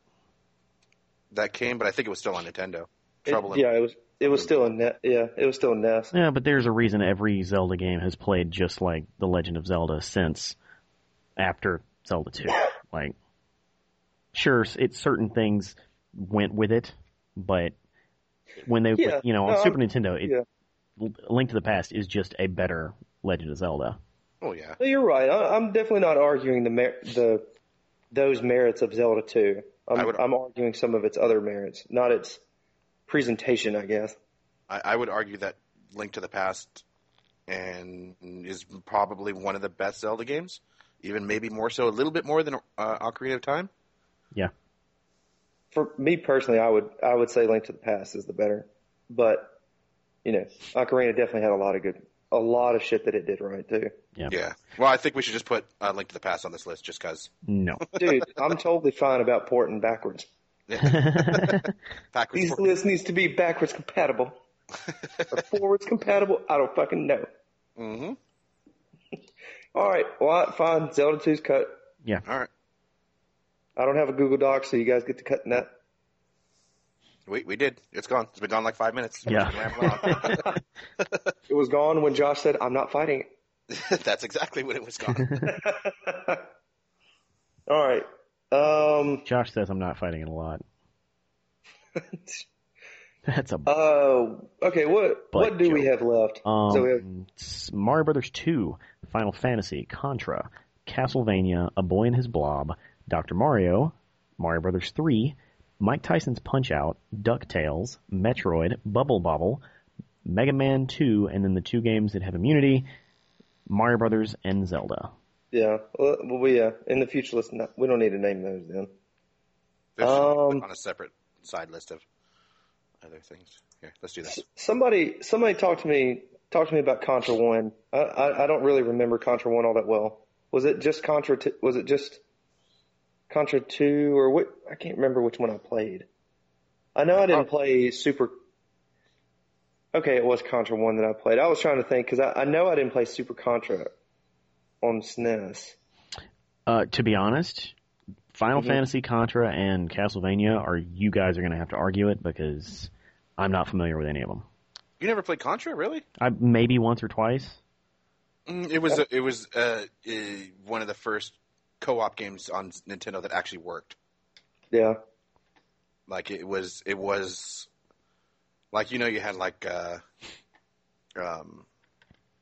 B: that came, but I think it was still on Nintendo.
D: It-
B: Trouble. in-
D: yeah, it was. It was still a net. Yeah, it was still a nest.
A: Yeah, but there's a reason every Zelda game has played just like The Legend of Zelda since after Zelda 2. Like, sure, s- it's certain things went with it, but when they,
D: Yeah,
A: you know,
D: no,
A: on
D: I'm-
A: Super Nintendo, it,
D: yeah.
A: L- Link to the Past is just a better Legend of Zelda.
B: Oh yeah.
D: No, you're right. I, I'm definitely not arguing the mer- the those merits of Zelda 2.
B: I
D: I'm,
B: would-
D: I'm arguing some of its other merits, not its presentation, I guess.
B: I, I would argue that Link to the Past and is probably one of the best Zelda games, even maybe more so, a little bit more than uh, Ocarina of Time.
D: For me personally, I would I would say Link to the Past is the better, but you know, Ocarina definitely had a lot of good, a lot of shit that it did right too.
A: Yeah.
B: Yeah. Well, I think we should just put uh, Link to the Past on this list just because
A: No.
D: Dude, I'm totally fine about porting backwards.
B: backwards.
D: These lists needs to be backwards compatible or forwards compatible. I don't fucking know.
B: hmm
D: All right, well, fine. Zelda 2's cut.
B: All right.
D: I don't have a Google Doc, so you guys get to cut that.
B: We, we did. It's gone. It's been gone like five minutes.
A: Yeah.
B: Rambling on.
D: It was gone when Josh said, "I'm not fighting it."
B: That's exactly when it was gone.
D: All right. Um.
A: Josh says I'm not fighting it a lot. That's a.
D: Oh. okay. What
A: Butt
D: What do we
A: joke.
D: have left?
A: Um,
D: so we have
A: s- Mario Brothers 2, Final Fantasy, Contra, Castlevania, A Boy and His Blob, Dr. Mario, Mario Brothers 3, Mike Tyson's Punch Out, DuckTales, Metroid, Bubble Bobble, Mega Man 2, and then the two games that have immunity, Mario Brothers and Zelda.
D: yeah. Well, we uh, in the future. Let's not. We don't need to name those then.
B: This should be
D: Um,
B: on a separate side list of other things. Here, let's do this.
D: Somebody. Somebody talk to me. Talk to me about Contra One. I I, I don't really remember Contra One all that well. Was it just Contra? T- was it just Contra Two or what? I can't remember which one I played. I know I didn't play Super. Okay, it was Contra One that I played. I was trying to think because I, I know I didn't play Super Contra on E SNES.
A: Uh, to be honest, Final
D: Mhm.
A: Fantasy, Contra, and Castlevania are you guys are going to have to argue it because I'm not familiar with any of them.
B: You never played Contra, really?
A: I, maybe once or twice.
B: Mm, It was a, it was uh, uh, one of the first co-op games on Nintendo that actually worked.
D: Yeah,
B: Like it was it was like you know you had like uh, um,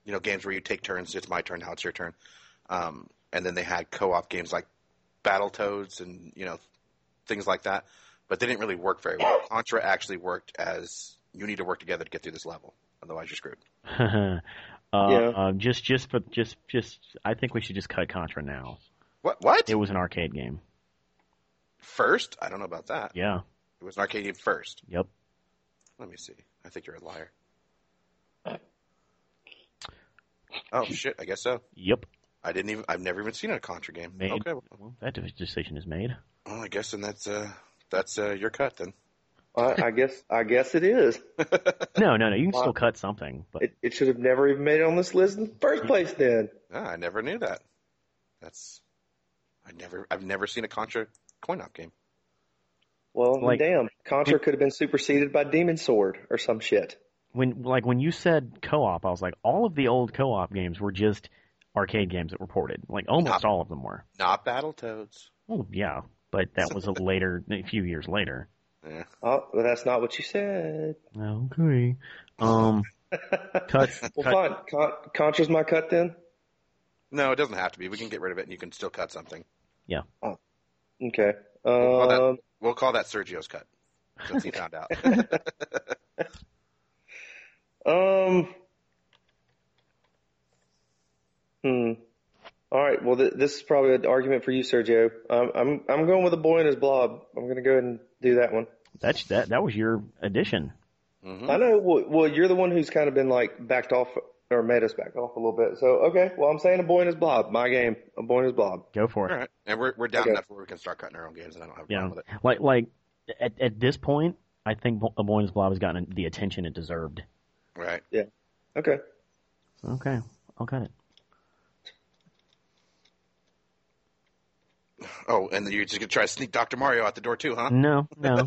B: you know games where you take turns. It's my turn. Now it's your turn. Um, and then they had co-op games like Battletoads and you know things like that. But they didn't really work very well. Contra actually worked as you need to work together to get through this level. Otherwise, you're screwed.
A: uh,
D: Yeah.
A: uh, just, just, for, just, just. I think we should just cut Contra now.
B: What? What?
A: It was an arcade game.
B: First? I don't know about that.
A: Yeah.
B: It was an arcade game first.
A: Yep.
B: Let me see. I think you're a liar. Oh shit! I guess so.
A: Yep.
B: I didn't even. I've never even seen a Contra game.
A: Made.
B: Okay. Well,
D: Uh-huh.
A: Well, that decision is made.
B: well, I guess then that's uh that's uh your cut then.
D: I, I guess I guess it is.
A: No, no, no. You can
D: Wow.
A: still cut something, but
D: It, it should have never even made it on this list in the first place. Then
B: Ah, I never knew that. That's I never, I've never seen a Contra coin op game.
D: Well,
A: Like-
D: damn, Contra could have been superseded by Demon Sword or some shit.
A: When like when you said co-op, I was like, all of the old co-op games were just arcade games that were ported. Like almost all of them were.
B: Not Battletoads.
A: Well, yeah, but that was a later, a few years later.
B: Yeah.
D: Oh, well, that's not what you said.
A: Okay. Um, cut, cut.
D: Well, fine. Con- Contra's my cut then.
B: No, it doesn't have to be. We can get rid of it, and you can still cut something.
D: Okay.
B: call that-
D: Um,
B: We'll call that Sergio's cut since he found out.
D: um. Hmm. All right. Well, th- this is probably an argument for you, Sergio. Um, I'm I'm going with a boy and his blob. I'm going to go ahead and do that one.
A: That's that. That was your addition.
B: hmm
D: I know. Well, well, you're the one who's kind of been like backed off or made us back off a little bit. So okay. Well, I'm saying a boy and his blob. My game. A boy and his blob.
A: Go for it.
B: All right, and we're we're down
D: Okay.
B: enough where we can start cutting our own games, and I don't have a
A: Yeah.
B: problem with it.
A: Like like at at this point, I think Bo- Boyne's Blob has gotten the attention it deserved.
B: Right?
D: Okay.
A: Okay, I'll cut it.
B: Oh, and you're just gonna try to sneak Doctor Mario out the door too, huh?
A: No, no.
B: You're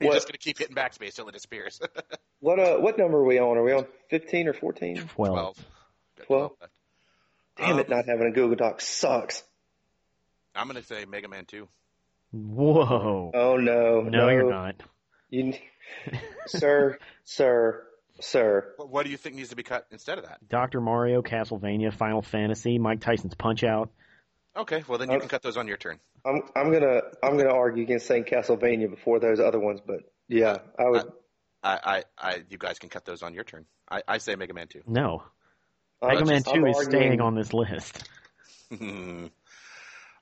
D: What-
B: just gonna keep hitting backspace till it disappears.
D: What uh? What number are we on? Are we on 15 or 14?
A: Twelve.
B: Twelve. Got
D: Twelve.
B: left.
D: Damn it!
B: Um,
D: Not having a Google Doc sucks.
B: I'm gonna say Mega Man Two.
A: Whoa.
D: Oh no!
A: Uh, no, you're not.
D: You, sir, sir, sir.
B: What, what do you think needs to be cut instead of that?
A: Doctor Mario, Castlevania, Final Fantasy, Mike Tyson's Punch Out.
B: Okay, well then you
D: Uh,
B: can cut those on your turn.
D: I'm I'm gonna I'm gonna argue against saying Castlevania before those other ones, but yeah, I would.
B: I, I, I you guys can cut those on your turn. I, I say Mega Man Two.
A: No,
D: I,
A: Mega Man
D: I'm
A: Two is
D: arguing-
A: staying on this list.
B: Hmm.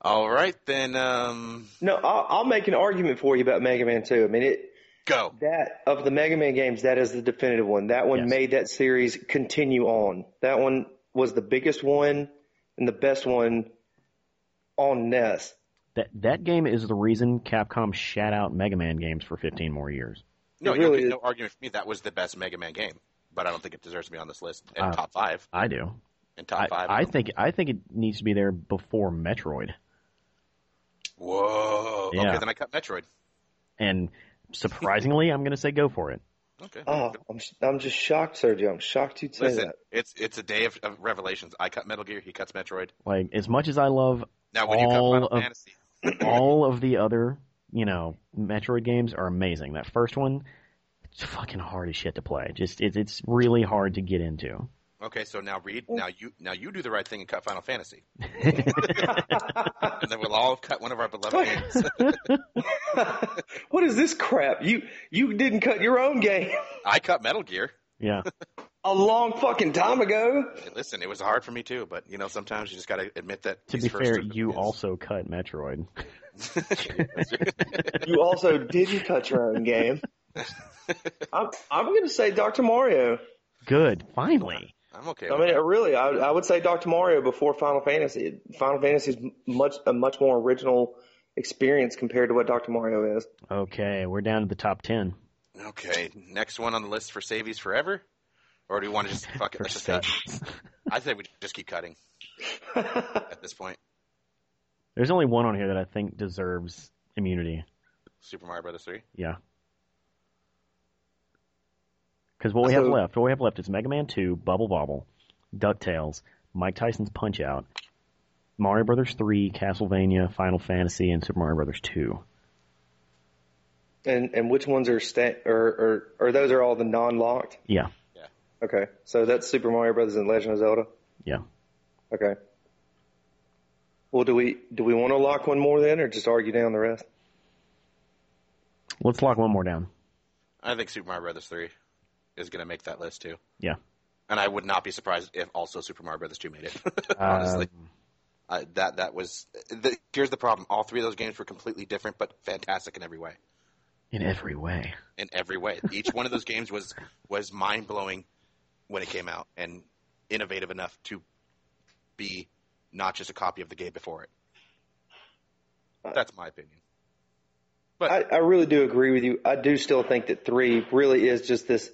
B: All right then. Um,
D: No, I'll, I'll make an argument for you about Mega Man Two. I mean, it
B: go.
D: that of the Mega Man games, that is the definitive one. That one
A: Yes.
D: made that series continue on. That one was the biggest one and the best one on E NES.
A: That that game is the reason Capcom shat out Mega Man games for 15 more years.
B: No,
D: It
B: you'll
D: really
B: get
D: is-
B: no argument from me. That was the best Mega Man game, but I don't think it deserves to be on this list. And
A: Uh,
B: top five.
A: I do.
B: And
A: I,
B: top five.
A: I think I think it needs to be there before Metroid.
B: Whoa.
A: Yeah.
B: Okay, then I cut Metroid.
A: And surprisingly, I'm going to say go for it.
B: Okay.
D: Oh, I'm I'm just shocked, Sergio. I'm shocked you'd say
B: Listen,
D: that.
B: it's it's a day of, of revelations. I cut Metal Gear. He cuts Metroid.
A: Like as much as I love
B: Now, when you cut
A: All
B: Final
A: of-
B: Fantasy,
A: all of the other, you know, Metroid games are amazing. That first one, it's fucking hard as shit to play. Just it, it's really hard to get into.
B: okay. So now read. Now you now you do the right thing and cut Final Fantasy, and then we'll all cut one of our beloved games.
D: what is this crap? You you didn't cut your own game
B: I cut Metal Gear.
A: Yeah,
D: a long fucking time ago.
B: And Listen, it was hard for me too, but you know sometimes you just got to admit that.
A: to
B: these
A: be
B: first
A: fair,
B: are the
A: you
B: best.
A: also cut Metroid.
D: You also didn't cut your own game. I'm I'm gonna say Dr. Mario.
A: Good, finally.
B: I'm okay.
D: I
B: with
D: mean,
B: that.
D: really, I I would say Dr. Mario before Final Fantasy. Final Fantasy is much a much more original experience compared to what Dr. Mario is.
A: Okay, we're down to the top ten.
B: Okay, next one on the list for Savies Forever, or do we want to just fuck it?
A: For
B: Let's just cut.
A: sake.
B: I say we just keep cutting at this point.
A: There's only one on here that I think deserves immunity.
B: Super Mario Brothers Three.
A: Yeah. Because what we have
D: So-
A: left, what we have left is Mega Man 2, Bubble Bobble, DuckTales, Mike Tyson's Punch Out, Mario Brothers 3, Castlevania, Final Fantasy, and Super Mario Brothers 2.
D: And and which ones are sta- or or or those are all the non-locked?
A: Yeah,
D: Okay, so that's Super Mario Brothers and Legend of Zelda.
A: yeah.
D: Okay. Well, do we do we want to lock one more then, or just argue down the rest?
A: Let's lock one more down.
B: I think Super Mario Brothers Three is going to make that list too.
A: Yeah.
B: and I would not be surprised if also Super Mario Brothers Two made it. Honestly,
A: Um,
B: I, that that was. The, here's the problem: all three of those games were completely different, but fantastic in every way.
A: in every way.
B: In every way, each one of those games was was mind blowing when it came out, and innovative enough to be not just a copy of the game before it. That's my opinion.
D: I, I really do agree with you. I do still think that three really is just this.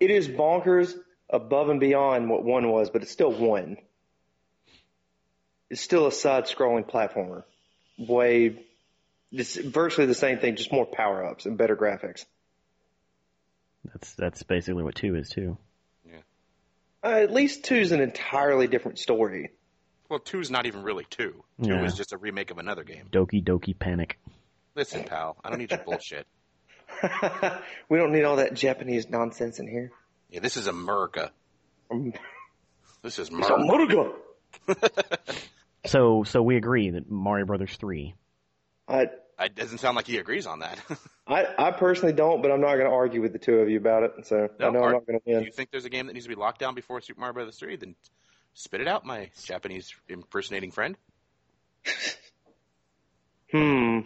D: It is bonkers above and beyond what one was, but it's still one. it's still a side-scrolling platformer. Way, it's virtually the same thing, just more power-ups and better graphics.
A: That's that's basically what two is too.
D: Uh, at least two is an entirely different story.
B: Well, two's not even really two. Two
A: Yeah.
B: is just a remake of another game.
A: Doki Doki Panic.
B: Listen, pal, I don't need your bullshit.
D: we don't need all that Japanese nonsense in here.
B: Yeah, this is America. This is
D: It's
B: America.
D: America.
A: So so we agree that Mario Brothers three.
D: I,
B: It doesn't sound like he agrees on that.
D: I, I personally don't, but I'm not going to argue with the two of you about it. So I know
B: Art,
D: I'm not going to
B: Do
D: win.
B: you think there's a game that needs to be locked down before Super Mario Brothers 3? Then spit it out, my Japanese impersonating friend.
D: Hmm.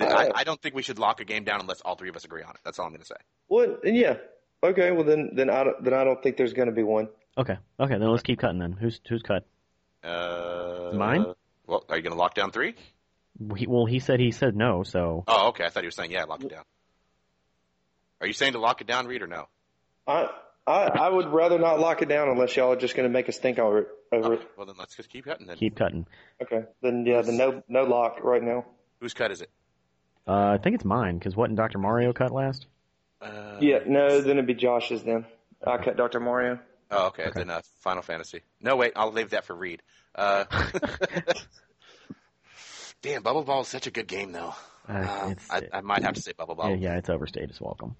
B: I, I don't think we should lock a game down unless all three of us agree on it. That's all I'm going to say.
D: Well, yeah. Okay. Well, then, then I don't, then I don't think there's going to be one.
A: Okay. Okay, then let's keep cutting then. Who's who's cut?
B: Uh,
A: Mine?
B: Well, are you going to lock down three?
A: He, well, he said he said no, so
B: Oh, okay. I thought you were saying, yeah, lock it down. Are you saying to lock it down, Reed, or no?
D: I, I, I would rather not lock it down unless y'all are just going to make us think over it. Over it.
B: Okay, well, then let's just keep cutting then.
A: keep cutting.
D: Okay. Then yeah, the no, no lock right now.
B: Whose cut is it?
A: Uh, I think it's mine because what in Doctor Mario cut last?
B: Uh,
D: Yeah. No. Then it'd be Josh's. Then I cut Dr. Mario.
B: Oh, okay. Then uh, Final Fantasy. No, wait. I'll leave that for Reed. Uh, damn, Bubble Ball is such a good game, though.
A: Uh,
B: Uh,
A: it's,
B: I, I might have to say Bubble Ball,
A: yeah, yeah, it's overstayed. It's welcome.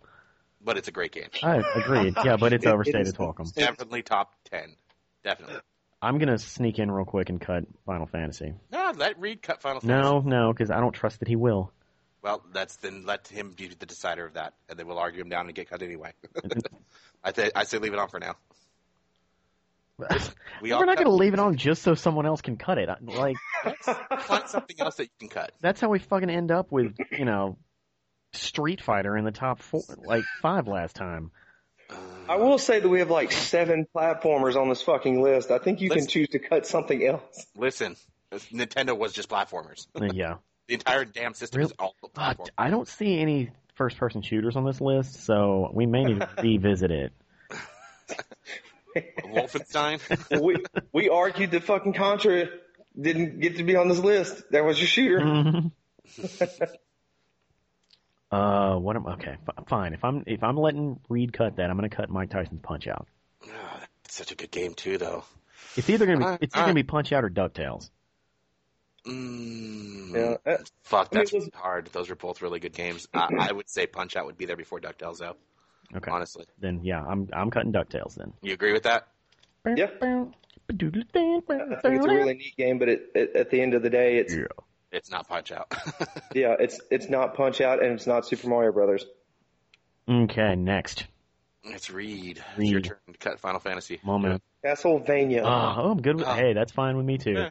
B: but it's a great game.
A: I agreed. Yeah, but it's
D: It- it
A: overstayed.
D: is-
A: it's welcome.
B: Definitely top ten. Definitely.
A: I'm gonna sneak in real quick and cut Final Fantasy.
B: No, let Reed cut Final Fantasy.
A: No, no, because I don't trust that he will.
B: Well, that's then let him be the decider of that, and then we'll argue him down and get cut anyway. I th- I say leave it on for now. We all
A: We're not
B: cut-
A: gonna leave it on just so someone else can cut it. I- Like
B: find something else that you can cut.
A: that's how we fucking end up with you know Street Fighter in the top four, like five last time.
D: I will say that we have like seven platformers on this fucking list. I think you
B: Let's-
D: can choose to cut something else.
B: Listen, Nintendo was just platformers.
A: Yeah,
B: The entire damn system is all
A: Uh,
B: platform.
A: I don't see any first-person shooters on this list, so we may need to revisit it.
B: Wolfenstein.
D: we we argued that fucking Contra didn't get to be on this list. That was your shooter.
A: Mm-hmm. Uh, what am okay? F- fine. If I'm if I'm letting Reed cut that, I'm gonna cut Mike Tyson's Punch Out.
B: Ah, that's such a good game too, though.
A: It's either gonna be
B: Uh,
A: it's either
B: uh.
A: gonna be Punch Out or Ducktales.
B: Mm,
D: Yeah, uh,
B: Fuck,
D: I mean,
B: that's
D: it was-
B: hard. Those were both really good games. I, I would say Punch Out would be there before Ducktales, though.
A: Okay.
B: Honestly,
A: Then yeah, I'm I'm cutting Ducktales then.
B: you agree with that?
D: Yeah. I think it's a really neat game, but it, it, at the end of the day, it's yeah.
B: It's not Punch Out.
D: it's it's not Punch Out and it's not Super Mario Brothers.
A: Okay, next
B: it's Reed. It's
A: Reed.
B: your turn to cut Final Fantasy.
A: moment.
D: Castlevania.
A: Ah, oh, I'm good with.
B: Ah.
A: Hey, that's fine with me too.
B: Yeah.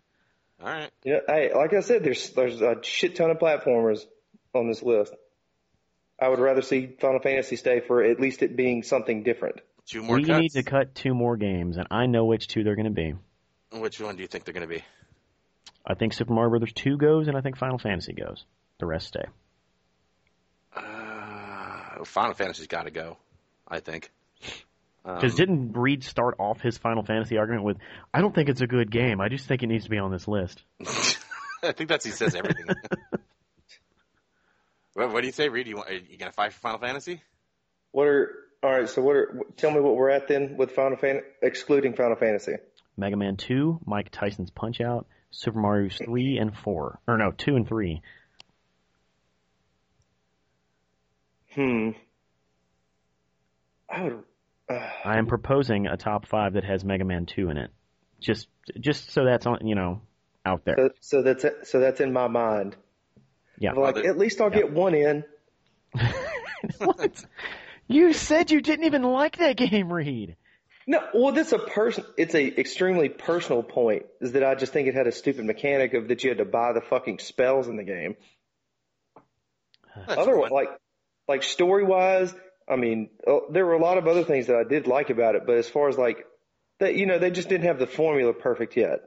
B: All right.
D: You know, hey, like I said, there's there's a shit ton of platformers on this list. I would rather see Final Fantasy stay for at least it being something different.
B: Two more
A: We
B: cuts.
A: need to cut two more games, and I know which two they're gonna be.
B: Which one do you think they're going to be?
A: I think Super Mario Brothers two goes, and I think Final Fantasy goes. The rest stay.
B: Uh, Final Fantasy's got to go. I think.
A: Because
B: Um,
A: didn't Reed start off his Final Fantasy argument with, "I don't think it's a good game. I just think it needs to be on this list."
B: I think that's he says everything. what, what do you say, Reed? You want are you going to fight for Final Fantasy?
D: What are all right? So what are? Tell me what we're at then with Final Fan excluding Final Fantasy.
A: Mega Man two, Mike Tyson's Punch Out, Super Mario three and four, or no, two and three.
D: Hmm. I would
A: I am proposing a top five that has Mega Man two in it, just just so that's on you know out there.
D: So, so that's so that's in my mind.
A: Yeah.
D: I'm like
B: Well, the-
D: at least I'll get one in.
A: what? You said you didn't even like that game, Reed.
D: No, well, that's a person. It's a extremely personal point. Is that I just think it had a stupid mechanic of that you had to buy the fucking spells in the game.
B: That's
D: Otherwise,
B: one.
D: like like story wise, I mean, uh, there were a lot of other things that I did like about it. But as far as like that, you know, they just didn't have the formula perfect yet.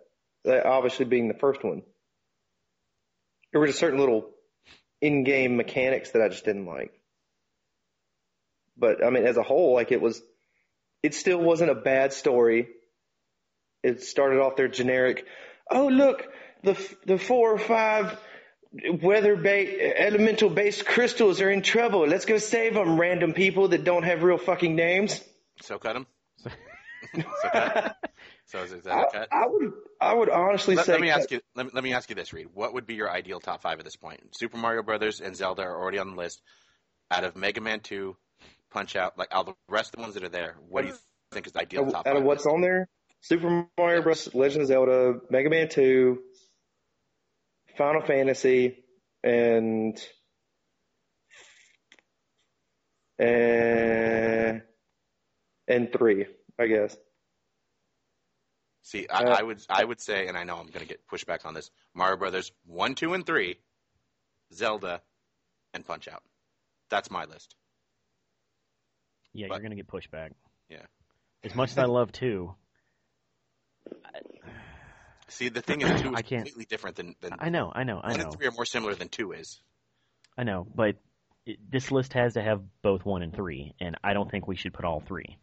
D: That obviously being the first one, there were just certain little in-game mechanics that I just didn't like. But I mean, as a whole, like it was, it still wasn't a bad story. It started off their generic, oh look, the f- the four or five weather ba- elemental based crystals are in trouble. Let's go save them, random people that don't have real fucking names.
B: So cut him. so cut. So is, is that a
D: I,
B: cut?
D: I would I would honestly
B: Let,
D: say
B: let me
D: cut.
B: ask you. Let me, let me ask you this, Reed. What would be your ideal top five at this point? Super Mario Brothers and Zelda are already on the list. Out of Mega Man Two, Punch Out, like all the rest of the ones that are there, what do you think is the ideal top
D: out
B: five?
D: of what's on there? Super Mario Bros. Legend of Zelda, Mega Man Two, Final Fantasy, and uh, and three, I guess.
B: See, I,
D: uh,
B: I would I would say, and I know I'm going to get pushbacks on this. Mario Brothers one, two, and three, Zelda, and Punch Out. That's my list.
A: Yeah,
B: But-
A: you're gonna get pushback.
B: Yeah.
A: As much as I love two,
B: See, the thing is, two is
A: I can't-
B: completely different than than
A: I know, I know, I
B: one
A: know,
B: and three are more similar than two is.
A: I know, but it, this list has to have both one and three, and I don't think we should put all three.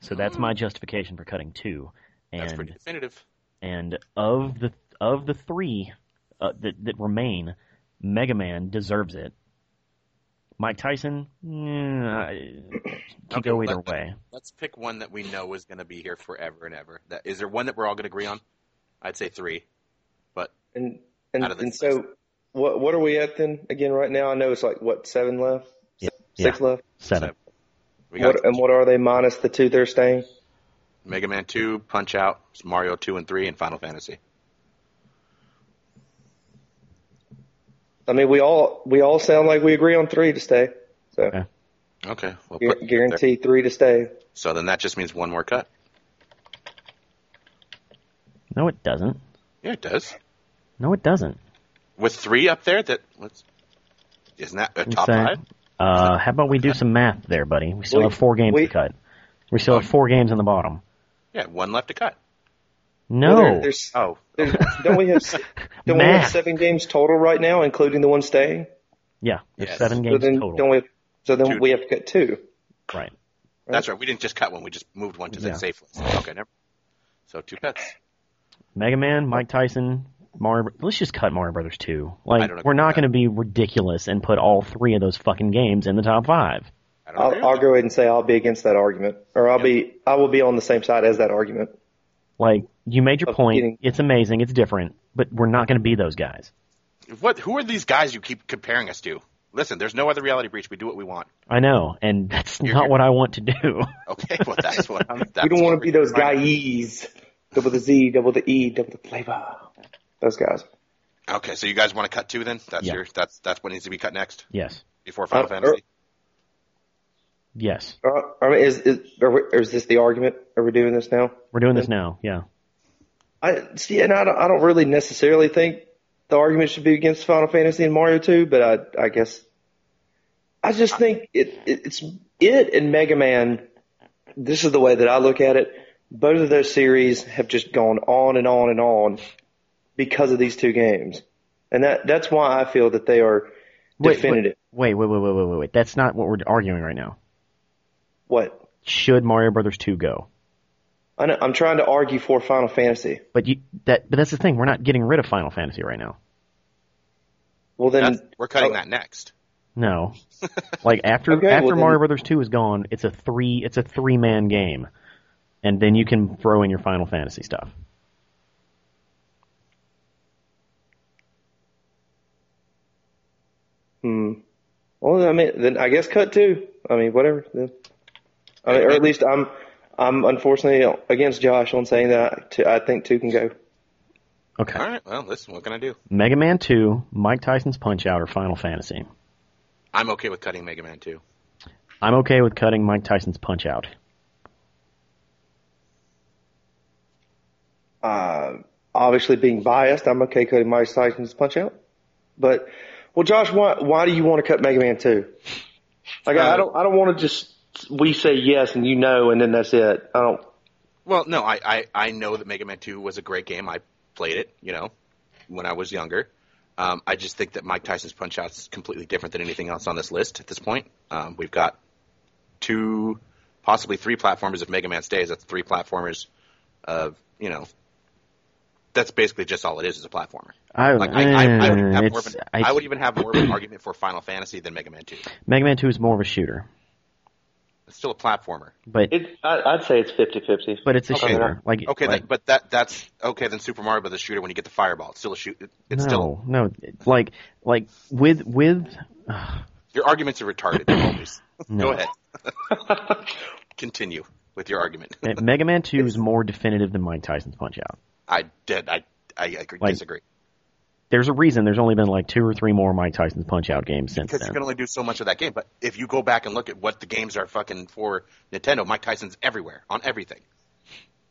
A: So that's my justification for cutting two. And
B: Hmm. That's pretty definitive.
A: and of the of the three uh, that that remain, Mega Man deserves it. Mike Tyson, mm, I- could
B: Okay,
A: go either
B: let-
A: way.
B: Let's pick one that we know is going to be here forever and ever. That is there one that we're all going to agree on? I'd say three, but
D: And and,
B: Out of this
D: and so, what what are we at then again right now? I know it's like what seven left,
A: Yeah,
D: six left.
A: Seven.
B: we got
D: What, and what are they minus the two they're staying?
B: Mega Man Two, Punch Out, Mario Two and Three, and Final Fantasy.
D: I mean, we all we all sound like we agree on three to stay. So
A: Okay.
B: Okay, well,
D: gu-
B: put-
D: guarantee three to stay.
B: So then that just means one more cut.
A: No, it doesn't.
B: Yeah, it does.
A: No, it doesn't.
B: With three up there, that let's isn't that a top
A: Insane.
B: five?
A: Uh, how about we do some math there, buddy? We still
D: Wait,
A: have four games
D: wait. Um,
A: to cut. We still have four games on the bottom.
B: Yeah, one left to cut.
A: No,
D: Well, there- there's,
B: Oh,
D: there's, don't we have se- don't we have
A: Math.
D: seven games total right now, including the one staying?
A: yeah, there's
B: Yes.
A: seven
D: So
A: games
D: then
A: total.
D: don't we? Have, so then
B: Two.
D: we have to cut two.
A: Right.
B: that's right. We didn't just cut one. We just moved one to
A: Yeah.
B: the safe list. Okay, never. So two cuts.
A: Mega Man, Mike Tyson, Mario. Let's just cut Mario Brothers two. Like
B: don't agree
A: we're
B: with
A: not
B: that.
A: going to be ridiculous and put all three of those fucking games in the top five.
B: I don't agree
D: I'll,
B: with
D: I'll
B: that.
D: go ahead and say I'll be against that argument, or I'll be I will be on the same side as that argument.
A: Like you made your
D: Of
A: point.
D: getting-
A: It's amazing. It's different, but we're not going to be those guys.
B: What? Who are these guys you keep comparing us to? Listen, there's no other reality breach. We do what we want.
A: I know, and that's not what I want to do.
B: Okay, well that's what I'm. That's
D: We don't want
B: what
D: to be those
B: we're-
D: guys. Double the Z, double the E, double the flavor. Those guys.
B: Okay, so you guys want to cut two then? That's
A: Yeah.
B: your. That's that's what needs to be cut next
A: yes.
B: before Final
D: Uh,
B: Fantasy.
A: Yes.
D: Uh, I mean, is is, are we, is this the argument? Are we doing this now?
A: We're doing this now. Yeah.
D: I see, and I don't, I don't really necessarily think the argument should be against Final Fantasy and Mario Two, but I, I guess I just think it, it it's it and Mega Man. This is the way that I look at it. Both of those series have just gone on and on and on because of these two games, and that that's why I feel that they are definitive.
A: Wait, wait, wait, wait, wait, wait, wait. That's not what we're arguing right now.
D: What
A: Should Mario Brothers two go?
D: I know, I'm trying to argue for Final Fantasy.
A: But you that but that's the thing. We're not getting rid of Final Fantasy right now.
D: Well, then
B: That's- we're cutting
D: oh,
B: that next.
A: No. like after
D: Okay,
A: after
D: well then-
A: Mario Brothers two is gone, it's a three it's a three man game, and then you can throw in your Final Fantasy stuff.
D: Hmm. Well, I mean, then I guess cut two. I mean, whatever. Then. I mean, or at least I'm, I'm unfortunately against Josh on saying that. Two, I think two can go.
A: Okay.
B: All right. Well, listen. What can I do?
A: Mega Man two, Mike Tyson's Punch Out, or Final Fantasy.
B: I'm okay with cutting Mega Man two.
A: I'm okay with cutting Mike Tyson's Punch Out.
D: Uh, obviously, being biased, I'm okay cutting Mike Tyson's punch out. But, well, Josh, why why do you want to cut Mega Man two? Like, I I don't, I don't want to just we say yes and you know, and then that's it. I don't.
B: Well, no, I, I, I know that Mega Man 2 was a great game. I played it, you know, when I was younger. Um, I just think that Mike Tyson's Punch Out is completely different than anything else on this list at this point. Um, we've got two, possibly three platformers if Mega Man stays. That's three platformers. of you know. That's basically just all it is is a platformer.
A: I,
B: Like I, I, I, would, even have more of
A: Oh, Eh, it's-
B: an,
A: I-
B: I would even have more of an argument for Final Fantasy than Mega Man Two.
A: Mega Man Two is more of a shooter,
B: It's still a platformer.
A: but
D: It, I, I'd say it's 50-50.
A: but it's a
B: Okay.
A: shooter. Like
B: Okay,
A: like,
B: that, but that that's okay. Then Super Mario Brothers shooter when you get the fireball, it's still a shoot. It, it's
A: no,
B: still
A: no, like like with with
B: your arguments are retarded. they're always.
A: No.
B: Go ahead. Continue with your argument.
A: uh, Mega Man Two is more definitive than Mike Tyson's Punch Out.
B: I did. I I agree,
A: Like,
B: disagree
A: There's a reason. There's only been like two or three more Mike Tyson's Punch Out games since
B: because
A: then.
B: you can only do so much of that game. But if you go back and look at what the games are fucking for Nintendo, Mike Tyson's everywhere on everything.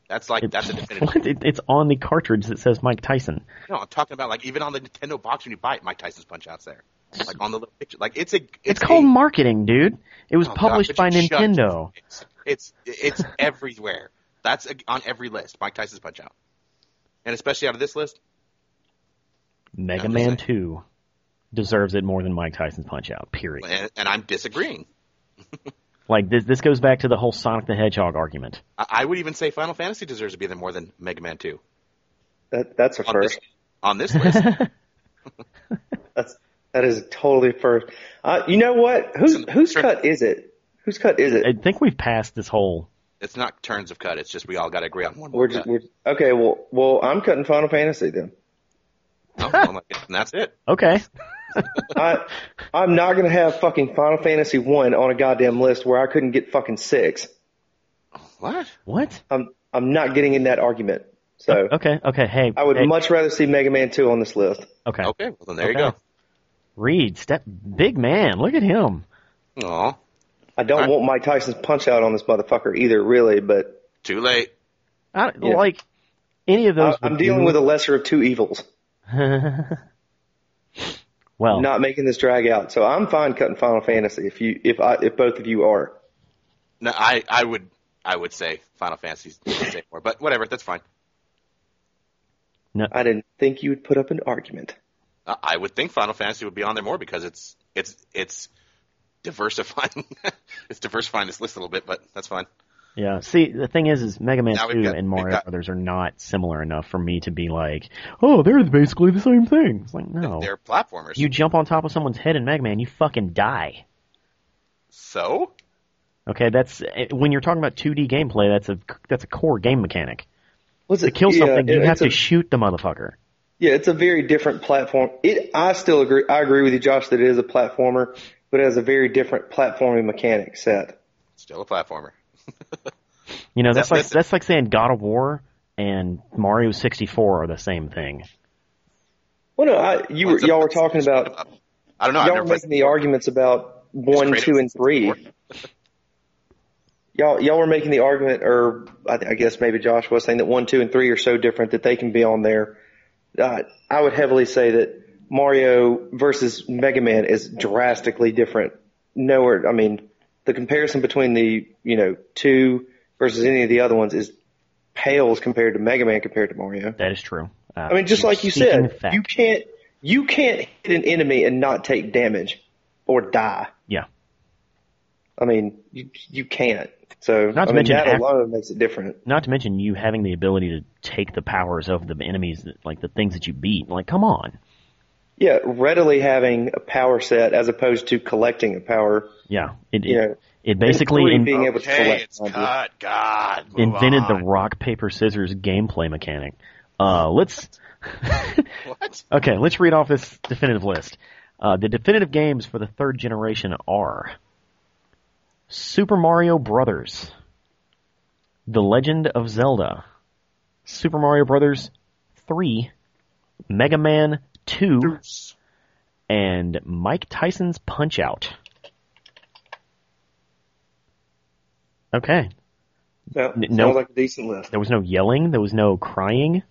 B: That's like that's a definitive.
A: What? It- it's on the cartridge that says Mike Tyson.
B: No, I'm talking about like even on the Nintendo box when you buy it, Mike Tyson's Punch Out's there. Like on the little picture, like it's a it's,
A: It's, called
B: a-
A: marketing, dude. It was
B: Oh, God,
A: published by
B: would you shut-
A: Nintendo.
B: It's it's, it's everywhere. That's a, on every list. Mike Tyson's Punch Out, and especially out of this list,
A: Mega
B: I'm just
A: Man
B: saying.
A: Two deserves it more than Mike Tyson's Punch Out. Period.
B: and, and I'm disagreeing.
A: Like this, this goes back to the whole Sonic the Hedgehog argument.
B: I, I would even say Final Fantasy deserves to be there more than Mega Man Two
D: That, that's a
B: on
D: first.
B: this on this list.
D: That's that is totally first. Uh, you know what? Who's whose cut is it? Whose cut is
A: I
D: it?
A: think we've passed this whole.
B: It's not turns of cut. It's just we all got to agree on one. more
D: We're just
B: cut.
D: we're okay. Well, well, I'm cutting Final Fantasy then.
B: No, I'm Oh, like, and that's it.
A: Okay,
D: I I'm not gonna have fucking Final Fantasy one on a goddamn list where I couldn't get fucking six.
B: What?
A: what?
D: I'm I'm not getting in that argument. So
A: Okay, okay. Hey,
D: I would
A: hey,
D: much rather see Mega Man two on this list.
A: okay.
B: Okay, well then there
A: Okay. Reed, step big man. Look at him.
B: you go. Aw,
D: I don't
B: Alright.
D: want Mike Tyson's punch out on this motherfucker either, really. But
B: too late.
A: I,
D: Yeah.
A: Like any of
D: I,
A: those.
D: I'm dealing with a lesser of two evils.
A: a. well,
D: Not making this drag out, so I'm fine cutting Final Fantasy if you if I if both of you are.
B: No, I I would I would say Final Fantasy's say more, but whatever. That's fine.
D: I didn't think you would put up an argument.
B: I Uh, I would think Final Fantasy would be on there more because it's it's it's diversifying it's diversifying this list a little bit, but that's fine.
A: yeah. See, the thing is, is Mega Man
B: Now
A: Two
B: we've got-
A: and
B: we've
A: Mario
B: got-
A: Brothers are not similar enough for me to be like, oh, they're basically the same thing. It's like no.
B: They're platformers.
A: You jump on top of someone's head in Mega Man, you fucking die.
B: So
A: Okay, that's eh, when you're talking about 2D gameplay. That's a that's a core game mechanic.
D: What's
A: To
D: it
A: kill
D: yeah,
A: something, you
D: it-
A: have
D: it's a-
A: to shoot the motherfucker.
D: Yeah, it's a very different platform. It, I still agree. I agree with you, Josh, that it is a platformer, but it has a very different platforming mechanic set.
B: still a platformer.
A: You know, that's
B: That-
A: like
B: that's-
A: that's like saying God of War and Mario 64 are the same thing.
D: Well, no, I, you were,
B: It's a-
D: y'all were talking about
B: I don't know. I've
D: y'all were
B: never played
D: making the arguments about one,
B: creative
D: two, and three.
B: before.
D: Y'all, y'all were making the argument, or I, I guess maybe Josh was saying that one, two, and three are so different that they can be on there. Uh, I would heavily say that Mario versus Mega Man is drastically different. Nowhere, I mean, the comparison between the you know two versus any of the other ones is pales compared to Mega Man compared to Mario.
A: That is true. Uh,
D: I mean, just like you
A: speaking
D: said,
A: fact.
D: you can't you can't hit an enemy and not take damage or die.
A: Yeah.
D: I mean, you you can't. So
A: Not to
D: I mean,
A: mention
D: that
A: af-
D: alone makes it different.
A: Not to mention you having the ability to take the powers of the enemies, that, like the things that you beat. Like, come on.
D: Yeah, readily having a power set as opposed to collecting a power.
A: Yeah, it
D: You
A: it,
D: know,
A: it basically
D: three
A: in-
D: being able to
B: Okay,
D: collect.
B: it's cut. God, move
A: invented the
B: on.
A: rock paper scissors gameplay mechanic. Uh, let's
B: what?
A: okay, let's read off this definitive list. Uh, the definitive games for the third generation are Super Mario Brothers, The Legend of Zelda, Super Mario Brothers Three, Mega Man Two, and Mike Tyson's Punch Out. Okay,
D: No,
A: N- no.
D: sounds like a decent list.
A: there was no yelling, there was no crying.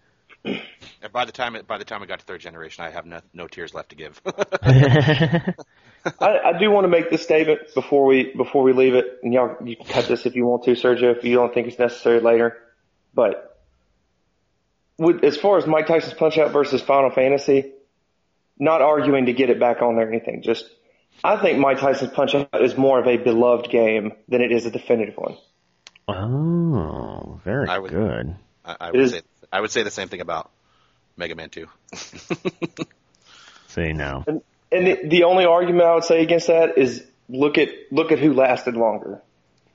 B: And by the time it, by the time I got to third generation, I have no, no tears left to give.
D: I, I do want to make this statement before we before we leave it, and y'all you can cut this if you want to, Sergio, if you don't think it's necessary later. But with, as far as Mike Tyson's Punch Out versus Final Fantasy, not arguing to get it back on there or anything. Just I think Mike Tyson's Punch Out is more of a beloved game than it is a definitive one.
A: Oh, very
B: I would-
A: good.
B: I, I
D: It
B: would
D: is-
B: say I would say the same thing about Mega Man Two.
A: See now.
D: And the, the only argument I would say against that is look at look at who lasted longer.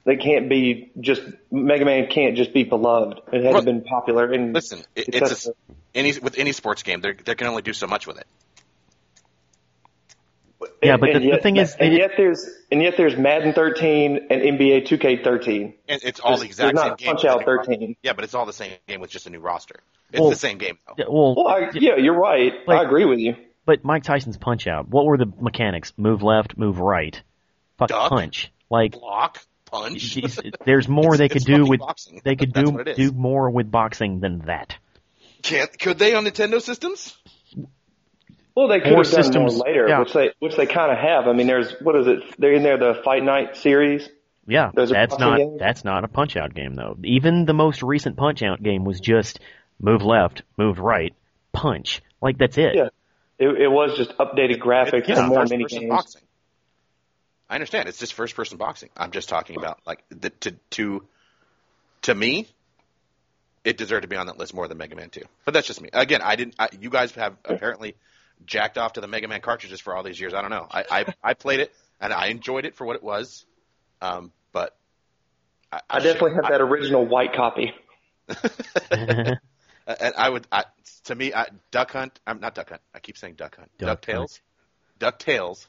D: They can't be just Mega Man can't just be beloved. It hasn't
B: Well,
D: been popular and
B: Listen, it,
D: It's
B: it's a,
D: a-
B: any with any sports game, they they can only do so much with it.
A: Yeah,
D: and-
A: but the-
D: and
A: the
D: yet-
A: thing is
D: and
A: they-
D: yet there's and yet there's Madden 13 and NBA 2K13.
B: And it's all the
D: There's-
B: exact
D: there's
B: same
D: not
B: game.
D: Punch
B: with a
D: Out
B: new ro-
D: 13.
B: Yeah, but it's all the same game with just a new roster. It's
A: Well-
B: the same game though.
A: Yeah, Well,
D: Well, I, yeah, you're right. I
A: Like-
D: agree with you.
A: but Mike Tyson's punch out. What were the mechanics? Move left, move right, fuck
B: Duck.
A: punch. Like
B: Block, punch.
A: geez, there's more
B: It's-
A: they could
B: it's
A: do
B: fucking
A: with
B: boxing.
A: they could
B: That's
A: do
B: what it is.
A: do more with boxing than that.
B: Can't could they on Nintendo systems?
D: Well, they could
A: More
D: have done
A: systems-
D: more later,
A: yeah.
D: which they which they kind of have. I mean, there's what is it? They're in there the Fight Night series.
A: Yeah,
D: Those are
A: that's
D: boxing
A: not
D: games?
A: that's not a punch out game though. Even the most recent punch out game was just move left, move right, punch. Like that's it.
D: Yeah. It, it was just updated graphics
B: It's just
D: and more
B: first
D: mini
B: person
D: games.
B: boxing. I understand. It's just first person boxing. I'm just talking about like the, to to to me, it deserved to be on that list more than Mega Man Two. But that's just me. Again, I didn't. I, you guys have apparently jacked off to the Mega Man cartridges for all these years. I don't know. I I, I played it and I enjoyed it for what it was. Um, but I,
D: I definitely have that original white copy.
B: Uh, and I would, I, to me, I, Duck Hunt. I'm not Duck Hunt. I keep saying Duck Hunt.
A: Duck
B: Ducktales. Ducktales.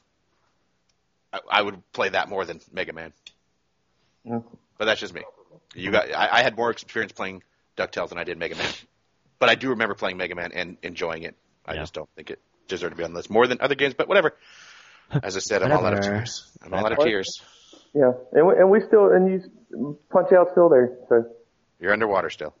B: I, I would play that more than Mega Man.
D: Yeah.
B: But that's just me. You got. I, I had more experience playing Ducktales than I did Mega Man. But I do remember playing Mega Man and enjoying it. I
A: Yeah.
B: just don't think it deserved to be on the list more than other games. But whatever. As I said, I'm all out of
A: Whatever.
B: tears. I'm all out of tears.
C: Yeah, and we, and we still and you punch out still there. So
B: You're underwater still.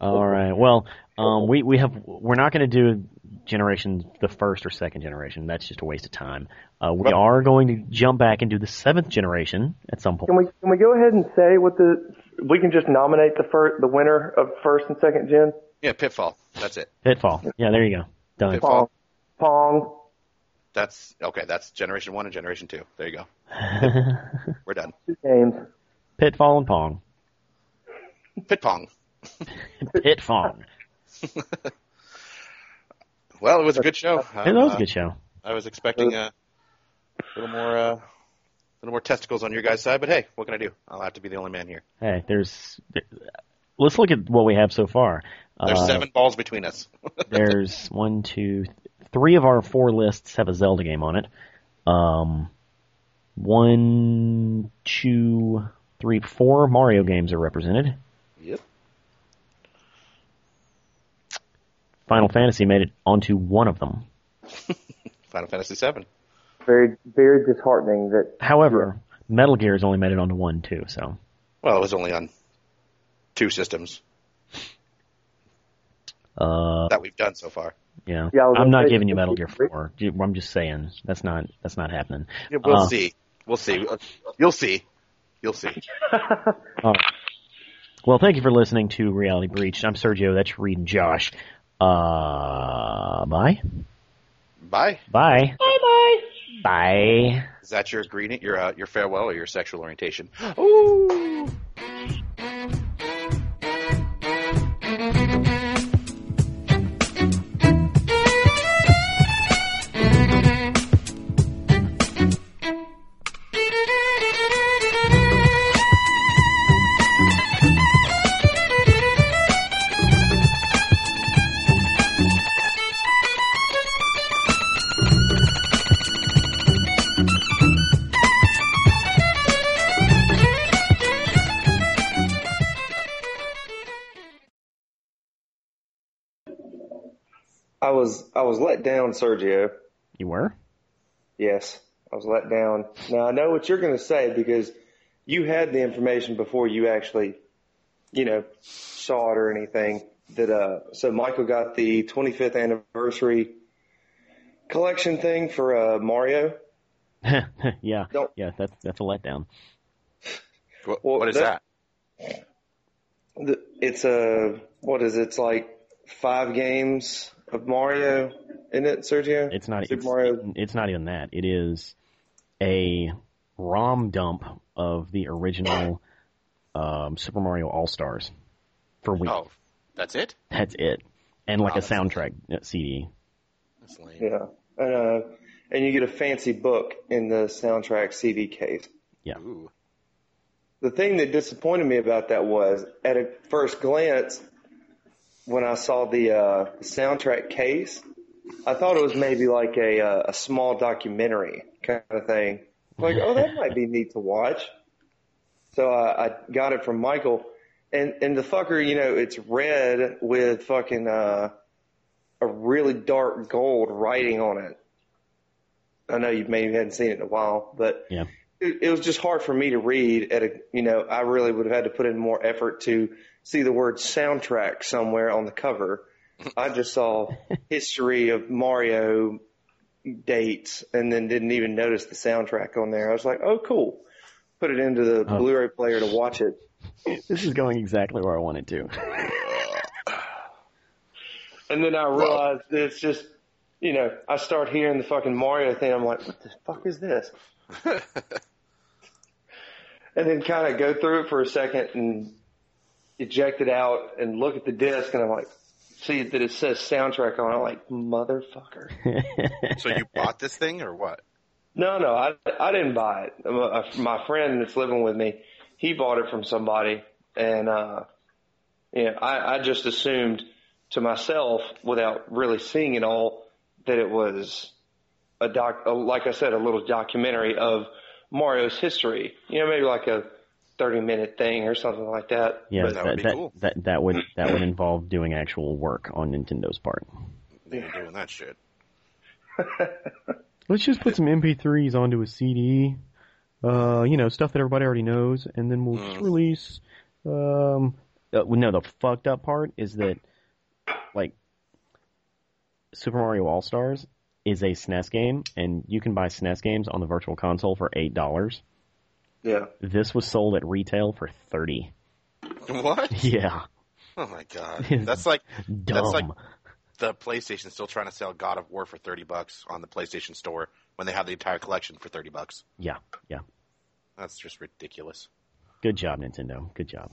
A: All right. Well, um, we we have we're not going to do generation the first or second generation. That's just a waste of time. Uh, we
B: Well-
A: are going to jump back and do the seventh generation at some
C: can
A: point.
C: we can we go ahead and say what the we can just nominate the first the winner of first and second gen?
B: Yeah, Pitfall. That's it.
A: Pitfall. Yeah, there you go. Done.
B: Pitfall.
C: Pong.
B: That's okay. That's Generation One and Generation Two. There you go. We're done.
C: Two games.
A: Pitfall and Pong.
B: Pit pong.
A: Pitfong.
B: Well, it was a good show. Uh,
A: That was a
B: uh,
A: good show.
B: I was expecting uh, a little more, uh, a little more testicles on your guys' side, but hey, what can I do? I'll have to be the only man here.
A: Hey, there's. Let's look at what we have so far.
B: There's
A: Uh,
B: seven balls between us.
A: there's one, two, three of our four lists have a Zelda game on it. Um, one, two, three, four Mario games are represented.
B: Yep.
A: Final Fantasy made it onto one of them.
B: Final Fantasy Seven.
C: Very very disheartening that
A: However, Metal Gear has only made it onto one too. So
B: Well, it was only on two systems
A: uh,
B: that we've done so far.
A: yeah,
C: Yeah, I was
A: I'm
C: gonna
A: not
C: say-
A: giving you Metal Gear Four. You- I'm just saying that's not that's not happening.
B: Yeah, we'll
A: Uh.
B: see. We'll see. You'll see. You'll see.
A: All right. Well, thank you for listening to Reality Breach. I'm Sergio. That's Reed and Josh. Uh, bye.
B: Bye.
A: Bye. Bye. Bye. Bye.
B: Is that your greeting, your uh, your farewell, or your sexual orientation?
D: I was I was let down, Sergio.
A: You were?
D: Yes, I was let down. Now I know what you're going to say because you had the information before you actually, you know, saw it or anything. That uh, so Michael got the 25th anniversary collection thing for uh, Mario.
A: yeah.
D: Don't-
A: Yeah, that's that's a letdown.
B: What,
D: Well,
B: what is that?
D: that- The- It's a what is it? it's like five games of Mario, isn't it, Sergio?
A: It's not
D: Super
A: it's,
D: Mario.
A: it's not even that. It is a ROM dump of the original um, Super Mario All Stars for Wii.
B: Oh, that's it.
A: That's it, and like
B: Wow,
A: a
B: that's-
A: soundtrack uh, CD.
B: That's lame.
D: Yeah. And, uh, and you get a fancy book in the soundtrack CD case.
B: Ooh.
D: The thing that disappointed me about that was, at a first glance, when I saw the uh, soundtrack case, I thought it was maybe like a uh, a small documentary kind of thing. Like, oh, that might be neat to watch. So I, I got it from Michael, and and the fucker, you know, it's red with fucking uh, a really dark gold writing on it. I know you maybe hadn't seen it in a while, but
A: Yeah.
D: it, it was just hard for me to read. At a, you know, I really would have had to put in more effort to see the word soundtrack somewhere on the cover. I just saw history of Mario dates and then didn't even notice the soundtrack on there. I was like, oh, cool. Put it into the
A: Oh.
D: Blu-ray player to watch it.
A: This is going exactly where I want it to.
D: And then I realized that it's just, you know, I start hearing the fucking Mario thing. I'm like, what the fuck is this? and then kind of go through it for a second and eject it out and look at the disc. And I'm like, see that it says soundtrack on it. I'm like, motherfucker.
B: So you bought this thing or what?
D: No, no, I I didn't buy it. Uh, My- My friend that's living with me, he bought it from somebody, and uh, yeah, I I just assumed to myself without really seeing it all that it was a doc, a, like I said, a little documentary of Mario's history. You know, maybe like a thirty minute thing or something like that.
A: yeah,
B: That would be
A: that,
B: cool.
A: that that would that would involve doing actual work on Nintendo's part.
B: They ain't doing that shit.
A: Let's just put some MP3s onto a CD. Uh, you know, stuff that everybody already knows, and then we'll just
B: Mm.
A: release. Um, uh, well, no, the fucked up part is that, like, Super Mario All Stars is a SNES game, and you can buy SNES games on the Virtual Console for eight dollars.
D: Yeah,
A: This was sold at retail for thirty.
B: What?
A: Yeah,
B: Oh my god. That's like
A: dumb.
B: like- the PlayStation still trying to sell God of War for thirty bucks on the PlayStation Store when they have the entire collection for thirty bucks.
A: Yeah, yeah.
B: That's just ridiculous.
A: Good job, Nintendo. Good job.